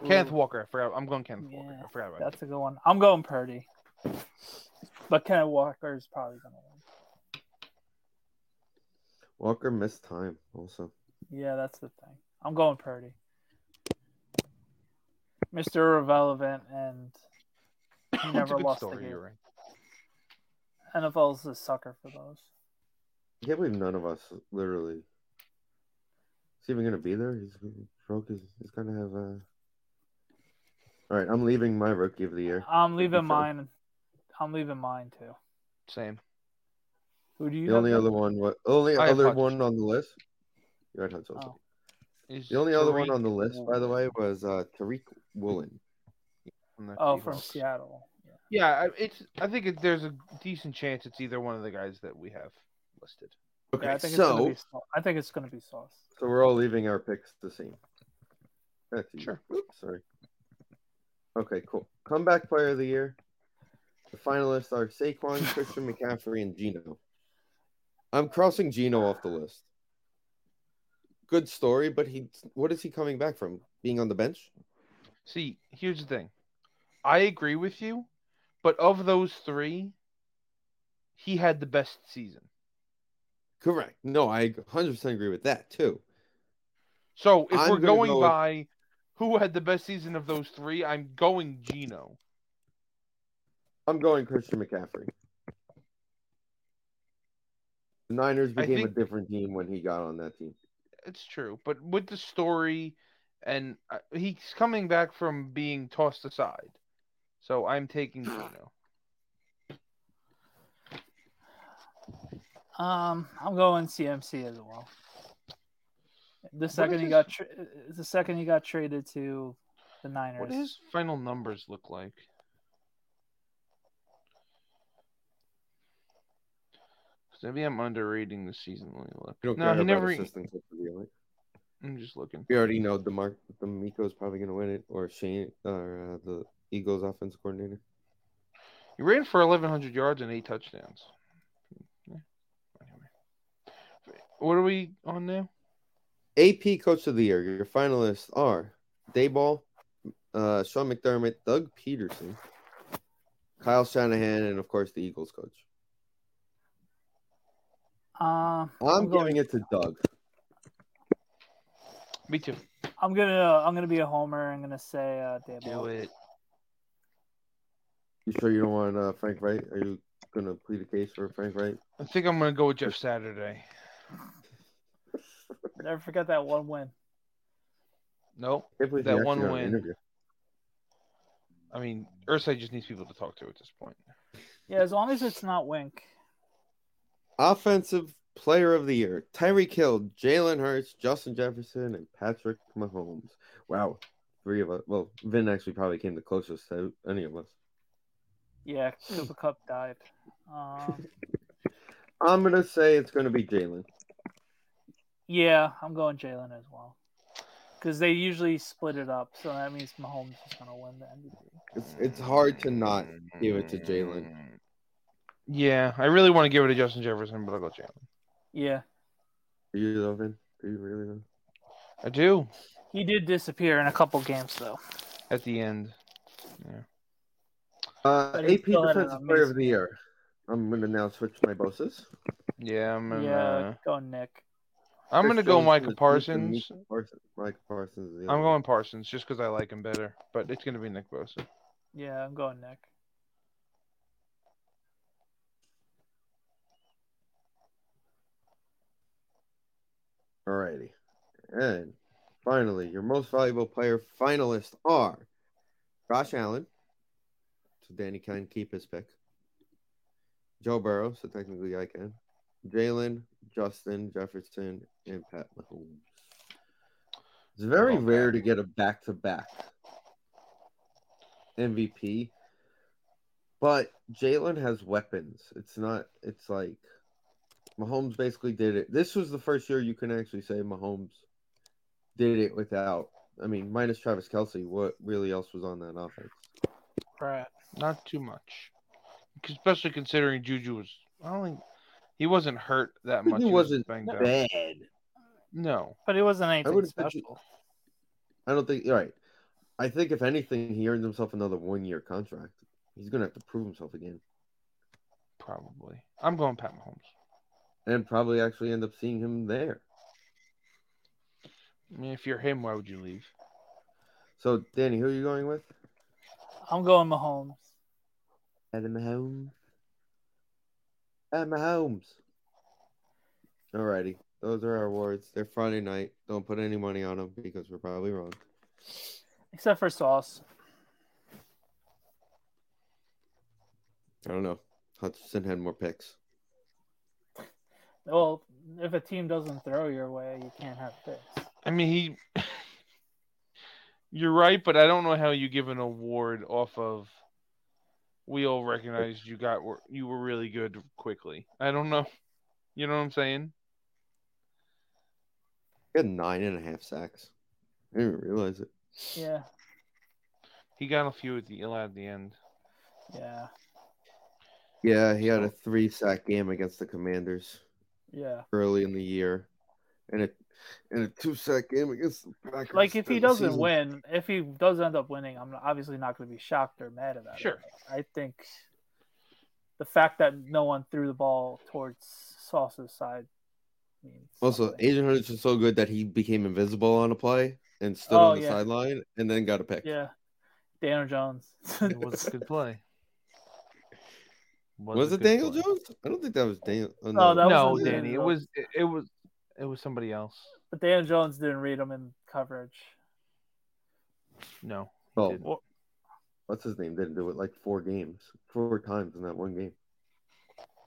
Kenneth
Ooh,
Walker. I forgot. I'm going Kenneth Walker.
Yeah,
I forgot about
That's a good one. I'm going Purdy, but Kenneth Walker is probably going to win.
Walker missed time also.
Yeah, that's the thing. I'm going Purdy. Mr. Irrelevant and
that.
he
It's
never
a good
lost a
story,
game.
you're right.
NFL's a sucker for those.
I can't believe none of us literally. Is he even gonna be there? He's broke. He's, he's gonna have a. All right, I'm leaving my rookie of the year.
I'm leaving
so.
mine. I'm leaving mine too.
Same.
Who do you?
The only
have?
other one, what only
I have
other
Hutch.
one on the list. You had Hutch also.
Oh.
Is
The only other one
Tariq
on the list, by the
Woolen
way, was uh, Tariq Woolen.
from the
Oh, from
Seahawks.
Seattle. Yeah.
Yeah, I- it's. I think it, there's a decent chance it's either one of the guys that we have listed.
Okay,
Yeah, I think it's
so
gonna be. Sau- I think it's gonna be Sauce.
so we're all leaving our picks the same. Back to you.
Sure.
Oops, sorry. Okay, cool. Comeback player of the year. The finalists are Saquon, Christian McCaffrey, and Gino. I'm crossing Gino off the list. Good story, but he what is he coming back from? Being on the bench?
See, here's the thing. I agree with you, but of those three, he had the best season.
Correct. No, I 100% agree with that too.
So if
I'm
we're
gonna
going
go with-
by who had the best season of those three, I'm going Gino.
I'm going Christian McCaffrey. The Niners
I
became
think-
a different team when he got on that team.
It's true, but with the story, and uh, he's coming back from being tossed aside. So I'm taking Gino.
Um, I'm going CMC as well. The second he got tra- the second he got traded to the Niners.
What do his final numbers look like? Maybe I'm underrating the season. Let me look.
You don't
no,
care
he
about
never. e-
assistants at the end.
I'm just looking.
We already know DeMar- D'Amico's probably going to win it, or Shane, or uh, the Eagles' offense coordinator.
He ran for 1,100 yards and eight touchdowns. Yeah. Anyway. What are we on now?
AP Coach of the Year. Your finalists are Dayball, uh, Sean McDermott, Doug Peterson, Kyle Shanahan, and of course the Eagles coach.
Um,
I'm, giving it to Doug.
Me too.
I'm gonna I'm gonna be a homer. I'm gonna say uh,
Do
Dayball.
it.
You sure you don't want uh, Frank Wright? Are you going to plead a case for Frank Wright?
I think I'm gonna go with Jeff Saturday.
Never forget that one win.
No,
Can't believe he
That
actually
one
got an
win.
interview.
I mean Ursay just needs people to talk to at this point.
Yeah, as long as it's not Wink.
Offensive Player of the Year: Tyreek Hill, Jalen Hurts, Justin Jefferson, and Patrick Mahomes. Wow, three of us. Well, Vin actually probably came the closest to any of us.
Yeah, Cooper Cup died. Um,
I'm gonna say it's gonna be Jalen.
yeah, I'm going Jalen as well. Because they usually split it up, so that means Mahomes is going to win the MVP.
It's it's hard to not give it to Jalen.
Yeah, I really want to give it to Justin Jefferson, but I'll go Jalen.
Yeah,
Are you though, Vin? Are you really though?
I do
he did disappear in a couple games though.
at the end.
Uh,
But he
AP
still had an
Defensive Player of
amazing
the Year. I'm gonna now switch my bosses.
Yeah, I'm gonna.
Yeah, go Nick.
I'm
Chris
gonna go
Jones
Micah
is Mr.
Parsons.
Micah Parsons. Micah Parsons. is the
I'm
other
going Parsons just because I like him better, but it's gonna be Nick Bosa.
Yeah, I'm going Nick.
one. Alrighty, and finally, your most valuable player finalists are Josh Allen. So Danny can keep his pick. Joe Burrow. So technically, I can. Jalen, Justin Jefferson, and Pat Mahomes. It's very
Okay.
rare to get a back-to-back MVP, but Jalen has weapons. It's not. It's like Mahomes basically did it. This was the first year you can actually say Mahomes did it without. I mean, minus Travis Kelsey, what really else was on that offense?
Right.
Not too much, especially considering Juju was. I don't think he wasn't hurt that
Juju
much. He
wasn't
banged up.
Bad.
No,
But it wasn't anything
would've put
special.
you- I don't think. All right. I think if anything, he earned himself another one-year contract. He's gonna have to prove himself again,
probably. I'm going Pat Mahomes.
and probably actually end up seeing him there.
I mean, if you're him, why would you leave?
So, Danny, who are you going with?
I'm going Mahomes.
Adam Holmes. Adam Holmes. Alrighty. Those are our awards. They're Friday night. Don't put any money on them because we're probably wrong.
Except for Sauce.
I don't know. Hutchinson had more picks.
Well, if a team doesn't throw your way, you can't have picks.
I mean, he. You're right, but I don't know how you give an award off of. We all recognized you got wor- you were really good quickly. I don't know. You know what I'm saying?
He had nine and a half sacks. I didn't even realize it.
Yeah,
He got a few at the ill at the end.
yeah,
Yeah, he had
Oh.
a three sack game against the Commanders
yeah.
early in the year, and a and a two sack game against the Packers.
Like if he
in the
doesn't
season.
win, if he does end up winning, I'm obviously not going to be shocked or mad about it.
Sure.
I think the fact that no one threw the ball towards Sauce's side means
Also,
something.
Agent Hunter's was so good that he became invisible on a play and stood
Oh,
on the
yeah.
sideline and then got a pick.
yeah, Daniel Jones.
It was a good play.
Was
a
it
good
Daniel
play.
Jones? I don't think that was Daniel. Oh,
that
no,
was a
Danny.
Daniel
It
Jones.
was it, it was it was somebody else.
but Daniel Jones didn't read him in coverage.
No. he
Oh.
didn't.
what's his name? Didn't do it like four games, four times in that one game.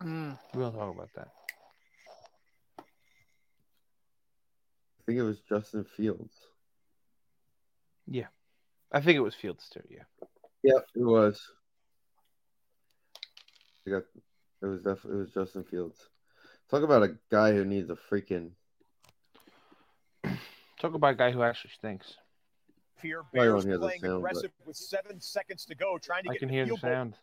mm.
We'll talk about that.
I think it was Justin Fields.
I think it was Fields too. Yeah.
Yep, it was. I got. It was definitely it was Justin Fields. Talk about a guy who needs a freaking.
Talk about a guy who actually stinks.
Fear
Probably
Bears
don't hear the
playing
sound, but-
aggressive with seven seconds to go, trying to
I
get
can
the
hear the
field goal
sound.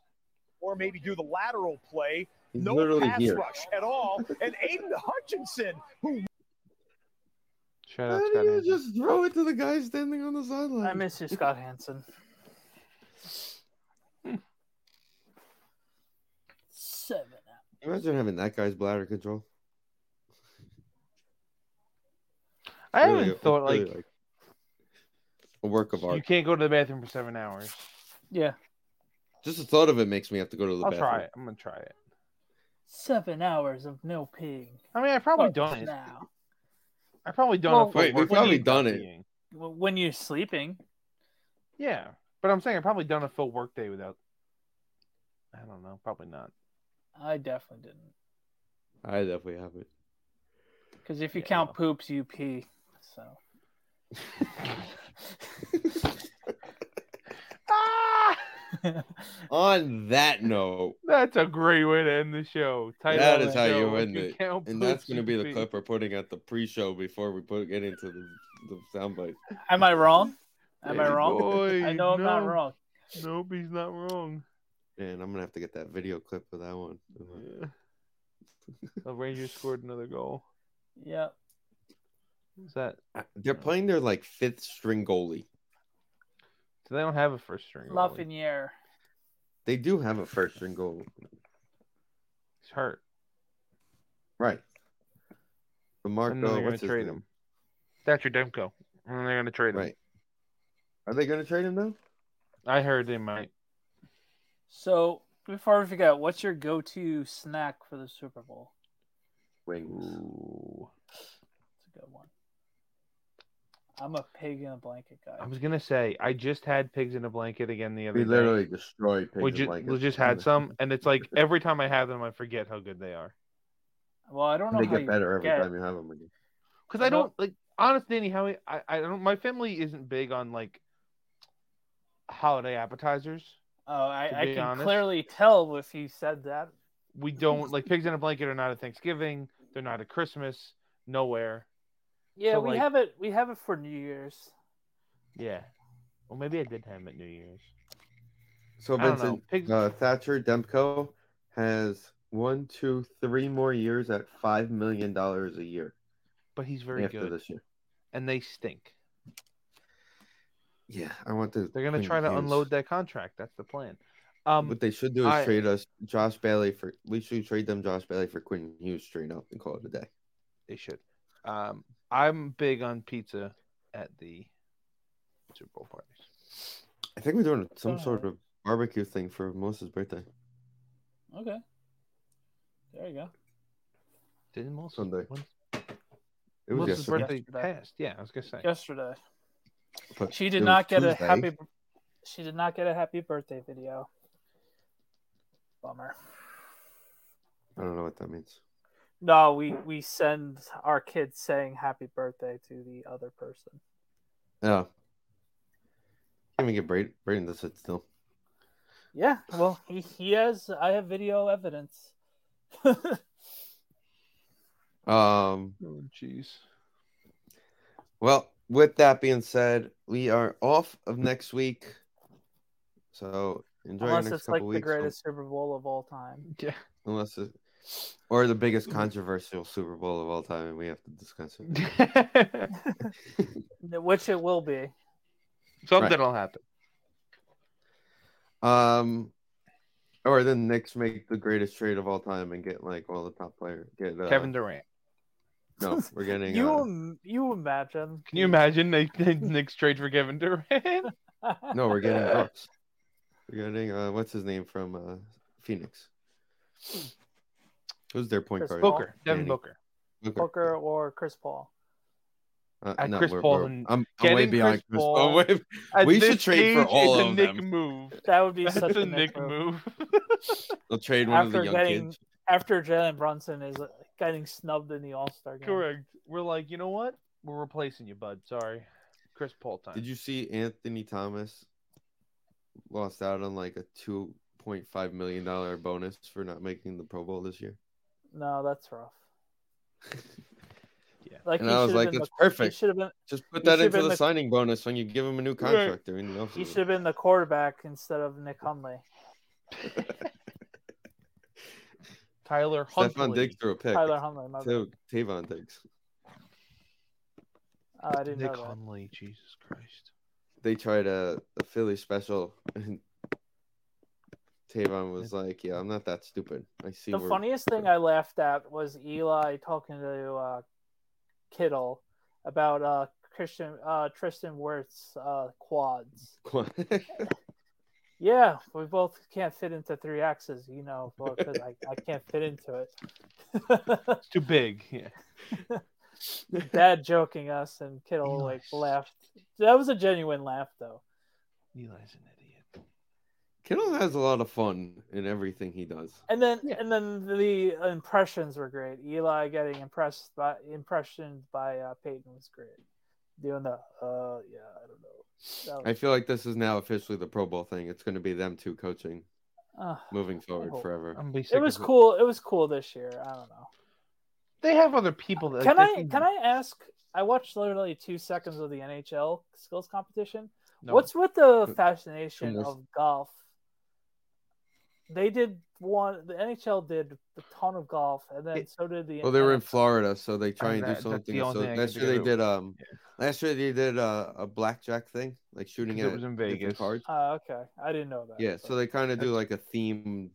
or maybe do the lateral play.
He's
no
literally
pass
here.
rush at all. And Aiden Hutchinson, who
Shout out
How do
Scott.
you
Hansen.
just throw it to the guy standing on the sideline?
I miss you, Scott Hansen. Seven.
Imagine having that guy's bladder control.
I
Really,
haven't
it's
thought
really,
like
a work of
You
art.
can't go to the bathroom for seven hours.
Yeah,
Just the thought of it makes me have to go to the
I'll
bathroom.
try it. I'm gonna try it.
seven hours of no peeing.
I mean, I probably
Fuck
don't.
now.
I probably don't.
Well-
if I'm
Wait, we've
working
probably
and
done it.
copying.
Well, When you're sleeping,
Yeah, but I'm saying I probably done a full work day without. I don't know. Probably not.
I definitely didn't.
I definitely have it.
Because if you
Yeah.
count poops, you pee. So
Ah!
On that note,
That's a great way to end the show. Title
That
of the
is how you
show,
end
if
it.
count
and that's going to
pussy
be the
feet.
clip we're putting at the pre-show before we put get into the, the soundbite.
am I wrong? Am I
Baby
wrong?
Boy,
I know I'm not
no.
wrong.
Nope, he's not wrong.
And I'm going to have to get that video clip for that one.
Yeah. the Rangers scored another goal.
Yeah.
Is that?
They're playing their like fifth string goalie.
So they don't have a first string. goalie.
Lafreniere.
They do have a first string goalie.
He's hurt.
Right. But Marco,
And then they're going
what's
to
his
trade
name?
him. Thatcher Demko. And they're going to trade him.
Right. Are they going to trade him now?
I heard they might.
So before we forget, what's your go-to snack for the Super Bowl?
Wings.
Ooh.
It's a good one. I'm a pig in a blanket guy.
I was going to say, I just had pigs in a blanket again the other
We
day.
literally destroyed.
we
Pigeon
just,
Blankets.
we just had some, and it's like every time I have them, I forget how good they are.
well, I don't know
They
how
get
you
better every
get-
time you have them again.
because I
No.
don't like honest Danny Howie. I, I don't. My family isn't big on like holiday appetizers.
Oh, I,
to
I
be
can
honest.
clearly tell if you said that.
We don't like pigs in a blanket are not at Thanksgiving. They're not at Christmas. Nowhere.
Yeah,
So,
we
like-
have it. We have it for New Year's.
Yeah. Well, maybe I did have them at New Year's.
So
I don't know.
Vincent
Pigs.
uh, Thatcher Demko has one, two, three more years at five million dollars a year
but he's very
after
good,
this year.
and they stink.
Yeah, I want to.
They're gonna try to unload that contract. That's the plan. Um,
what they should do is
I-
trade us Josh Bailey for. We should trade them Josh Bailey for Quinn Hughes straight up and call it a day.
they should. Um, I'm big on pizza at the Super Bowl parties.
I think we're doing some
Oh.
sort of barbecue thing for Melissa's birthday
Okay. There you go.
Didn't most
Sunday.
when-
It was
Melissa's
yesterday.
birthday
Yesterday.
passed. Yeah, I was gonna say.
Yesterday,
but
she
it
did
was
not get a
Tuesday.
happy. She did not get a happy birthday video. Bummer.
I don't know what that means.
No, we we send our kids saying happy birthday to the other person.
Yeah. Can't even get Braden, Braden to sit still.
Yeah, well, he, he has. I have video evidence.
Um,
Oh, jeez.
well, with that being said, we are off of next week. So enjoy
Unless
your next
it's like
couple
the
weeks.
greatest Super Bowl of all time.
Yeah.
Unless it, or the biggest controversial Super Bowl of all time, and we have to discuss it.
Which it will be.
Something will happen.
Um, or then Knicks make the greatest trade of all time and get like all the top players. Get uh,
Kevin Durant.
No, we're getting.
You
uh,
im- you imagine?
Can you imagine they, they Knicks trade for Kevin Durant?
no, we're getting Brooks. We're getting uh, what's his name from uh, Phoenix. Who's their point
Chris
guard?
Paul.
Booker. Devin
Danny.
Booker.
Booker.
Booker or Chris Paul?
Uh,
At
no,
Chris
we're-
Paul
we're-
and
I'm, I'm way
getting
beyond
Chris
Chris
Paul.
Paul. Way-
At
We should
this
trade for
stage,
all
it's a
of
Nick
them.
move.
That would be
That's
such
a Nick
move.
move.
They'll trade one
After
of the young
getting
kids.
after Jalen Brunson is uh, getting snubbed in the All Star game.
Correct. We're like, you know what? We're replacing you, bud. Sorry. Chris Paul time.
Did you see Anthony Thomas lost out on like a two point five million dollar bonus for not making the Pro Bowl this year?
No, that's rough.
Yeah.
Like
And
he
I was
should've
like,
been
that's
the-
perfect.
He should have been.
Just put
He
that
should've
into
been
the
the-
signing bonus when you give him a new contract during the
He
offseason.
should have been the quarterback instead of Nick Hundley.
Tyler
Stephon
Huntley.
Diggs threw a pick.
Tyler Hundley. My bad.
Too- Tavon Diggs.
Oh, I didn't
Nick
know that.
Huntley. Jesus Christ.
They tried a, a Philly special, and Tavon was like, "Yeah, I'm not that stupid. I see."
The
where-
funniest thing I laughed at was Eli talking to uh, Kittle about uh, Christian uh, Tristan Wirtz uh, quads. Yeah, we both can't fit into three axes, you know, because I, I can't fit into it.
It's too big. Yeah.
Dad joking us and Kittle like
Nice.
laughed. That was a genuine laugh though.
Eli's an idiot.
Kittle has a lot of fun in everything he does.
And then
Yeah.
and then the impressions were great. Eli getting impressed by impressions by uh, Peyton was great. Doing the uh yeah, I don't know. That
I
was-
feel like this is now officially the Pro Bowl thing. It's going to be them two coaching
uh,
moving forward
Oh.
forever.
I'm gonna be sick
it was
of it.
cool. It was cool this year. I don't know.
They have other people that
Can
they
I can I ask? I watched literally two seconds of the NHL skills competition.
No.
What's with the fascination
Almost.
of golf? They did one. The NHL did a ton of golf, and then
It-
so did the.
Well, they were in
NFL.
Florida, so they try
And
and
that-
do
that's
something.
the only
so
thing I
last
can
year they
do.
did um, last year they did a, a blackjack thing, like shooting
'Cause it
at
was in
different
Vegas.
cards.
Oh, okay. I didn't know that.
Yeah, so
but-
they kind of do like a themed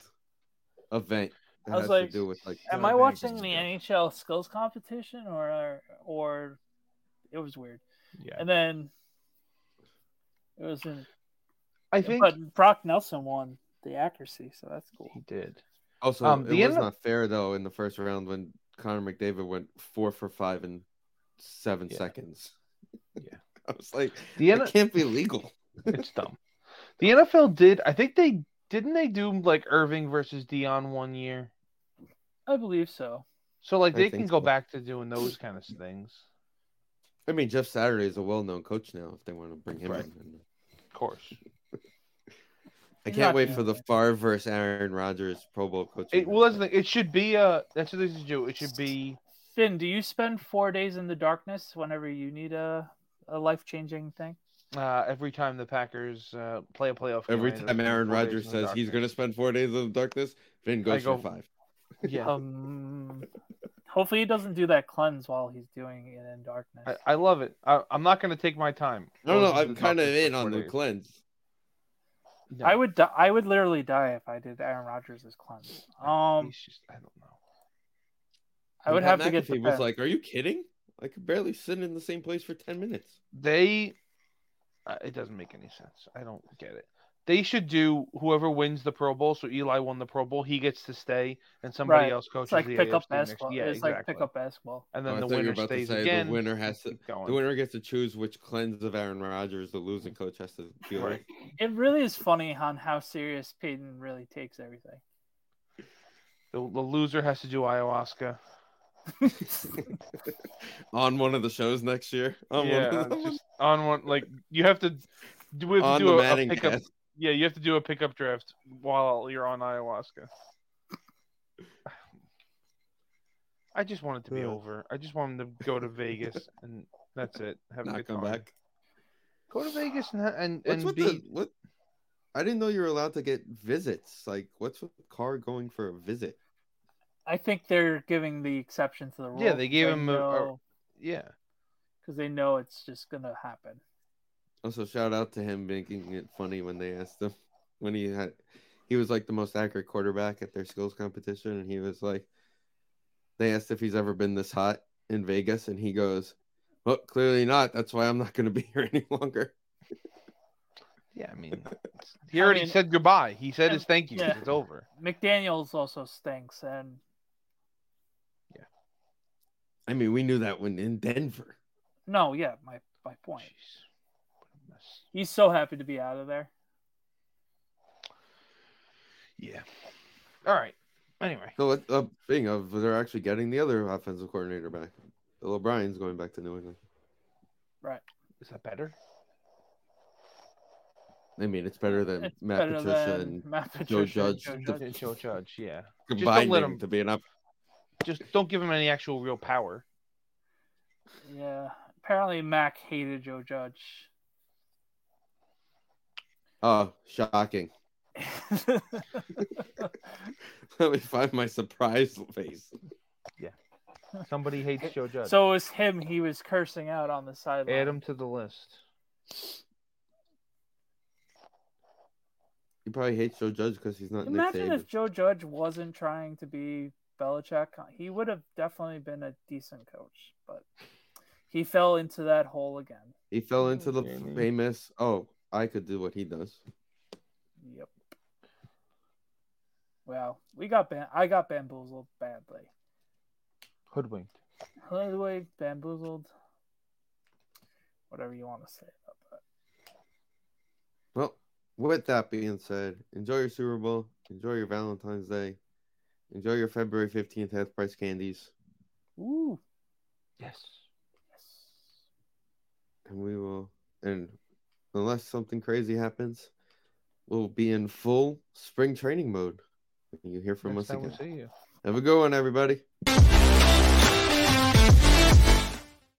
event that
I was
has
like,
to do with like. uh,
Am
Yeah,
I
Vegas
watching
is
the
good.
NHL skills competition or or it was weird?
Yeah.
And then it was in.
I think
but Brock Nelson won the accuracy, so that's cool.
he did.
Also,
Um,
it
the
was
end-
not fair though in the first round when Connor McDavid went four for five in seven
Yeah.
seconds.
Yeah.
I was like,
The
it
N-
can't be legal.
it's dumb. The NFL did. I think they didn't they do like Irving versus Dion one year.
I believe so.
So like
I
they
think
can go
so.
back to doing those kind of things.
I mean, Jeff Saturday is a well-known coach now. If they want to bring him
Right.
in,
Of course.
I
He's
can't
not
wait
doing
for the
it.
Favre versus Aaron Rodgers Pro Bowl coaching.
It, well, that's the thing. It should be uh That's what they should do. It should be.
Finn, do you spend four days in the darkness whenever you need a a life changing thing?
Uh, every time the Packers uh, play a playoff game,
Every
I end
time
up spending
Aaron
four days
Rodgers
in the
says he's
doctor.
going to spend four days in the darkness, Finn goes
go-
for five.
yeah,
Um, hopefully he doesn't do that cleanse while he's doing it in darkness.
I, I love it. I, I'm not going to take my time.
No, no,
Goes into
I'm
the
kind of
doctor for
in
four
on the
days.
cleanse.
No,
I would die, I would literally die if I did Aaron Rodgers' cleanse. Um,
he's just- I don't know.
I would
Pat
have to get
McAfee
the
was
pen.
like, "Are you kidding? I could barely sit in the same place for ten minutes."
They. Uh, it doesn't make any sense. I don't get it. They should do whoever wins the Pro Bowl. So Eli won the Pro Bowl. He gets to stay, and somebody
Right.
else
It's
coaches
like
the
pick up
AFC next-
basketball.
Yeah,
it's
exactly.
like pick up basketball.
And
Oh,
then
I
the
thought you were
winner
about to
stays
say
again.
The winner has to.
Keep going.
The winner gets to choose which cleanse of Aaron Rodgers the losing coach has to deal
Right.
with.
It really is funny on how serious Peyton really takes everything.
The, the loser has to do ayahuasca.
on one of the shows next year. On
yeah,
one of
it's
the,
just on one like you have to do we have to
on
do
the
a, a
Manning
pickup.
cast.
Yeah, you have to do a pickup draft while you're on ayahuasca. I just want it to be
Ugh.
over. I just want them to go to Vegas and that's it. Have a
Not
good
come
time.
back.
Go to Vegas and ha- and,
What's
and
with
be
the what? I didn't know you were allowed to get visits. Like, what's with Carr going for a visit?
I think they're giving the exception to the rule.
Yeah, they gave him a- a- yeah.
because they know it's just gonna happen.
Also, shout out to him making it funny when they asked him when he had he was like the most accurate quarterback at their skills competition, and he was like, they asked if he's ever been this hot in Vegas, and he goes, "Well, clearly not. That's why I'm not going to be here any longer."
Yeah, I mean he already
mean-
said goodbye. He said
Yeah.
his thank yous.
Yeah.
It's over.
McDaniel's also stinks, and
I mean, we knew that when in Denver.
no, yeah, my my point.
Jeez. What a mess.
He's so happy to be out of there.
Yeah. All right. Anyway,
So what the thing of they're actually getting the other offensive coordinator back. Bill O'Brien's going back to New England.
Right.
is that better?
I mean, it's better than
It's
Matt
better
Patricia
than
and
Matt
Joe
Patricia
Judge.
and Joe
Yeah, Joe Judge, yeah. Just don't let
combining
him.
to be an up.
Just don't give him any actual real power.
Yeah. Apparently, Mac hated Joe Judge.
Oh, shocking. Let me find my surprise face.
Somebody hates Joe Judge.
so it was him. He was cursing out on the sideline.
add him to the list.
He probably hates Joe Judge because he's not
Imagine
Nick
if
Saban.
Joe Judge wasn't trying to be Belichick, he would have definitely been a decent coach, but he fell into that hole again.
He
Oh,
fell into the
Jamie.
famous, oh, I could do what he does.
Yep. Wow, we got ban- I got bamboozled badly.
Hoodwinked.
By the way, bamboozled. Whatever you want to say about that.
Well, With that being said, enjoy your Super Bowl, enjoy your Valentine's Day, enjoy your February 15th half price candies,
Ooh.
Yes.
and we will, and unless something crazy happens, we'll be in full spring training mode. You hear from
Next
us
time we'll
again.
see you.
Have a good one, everybody.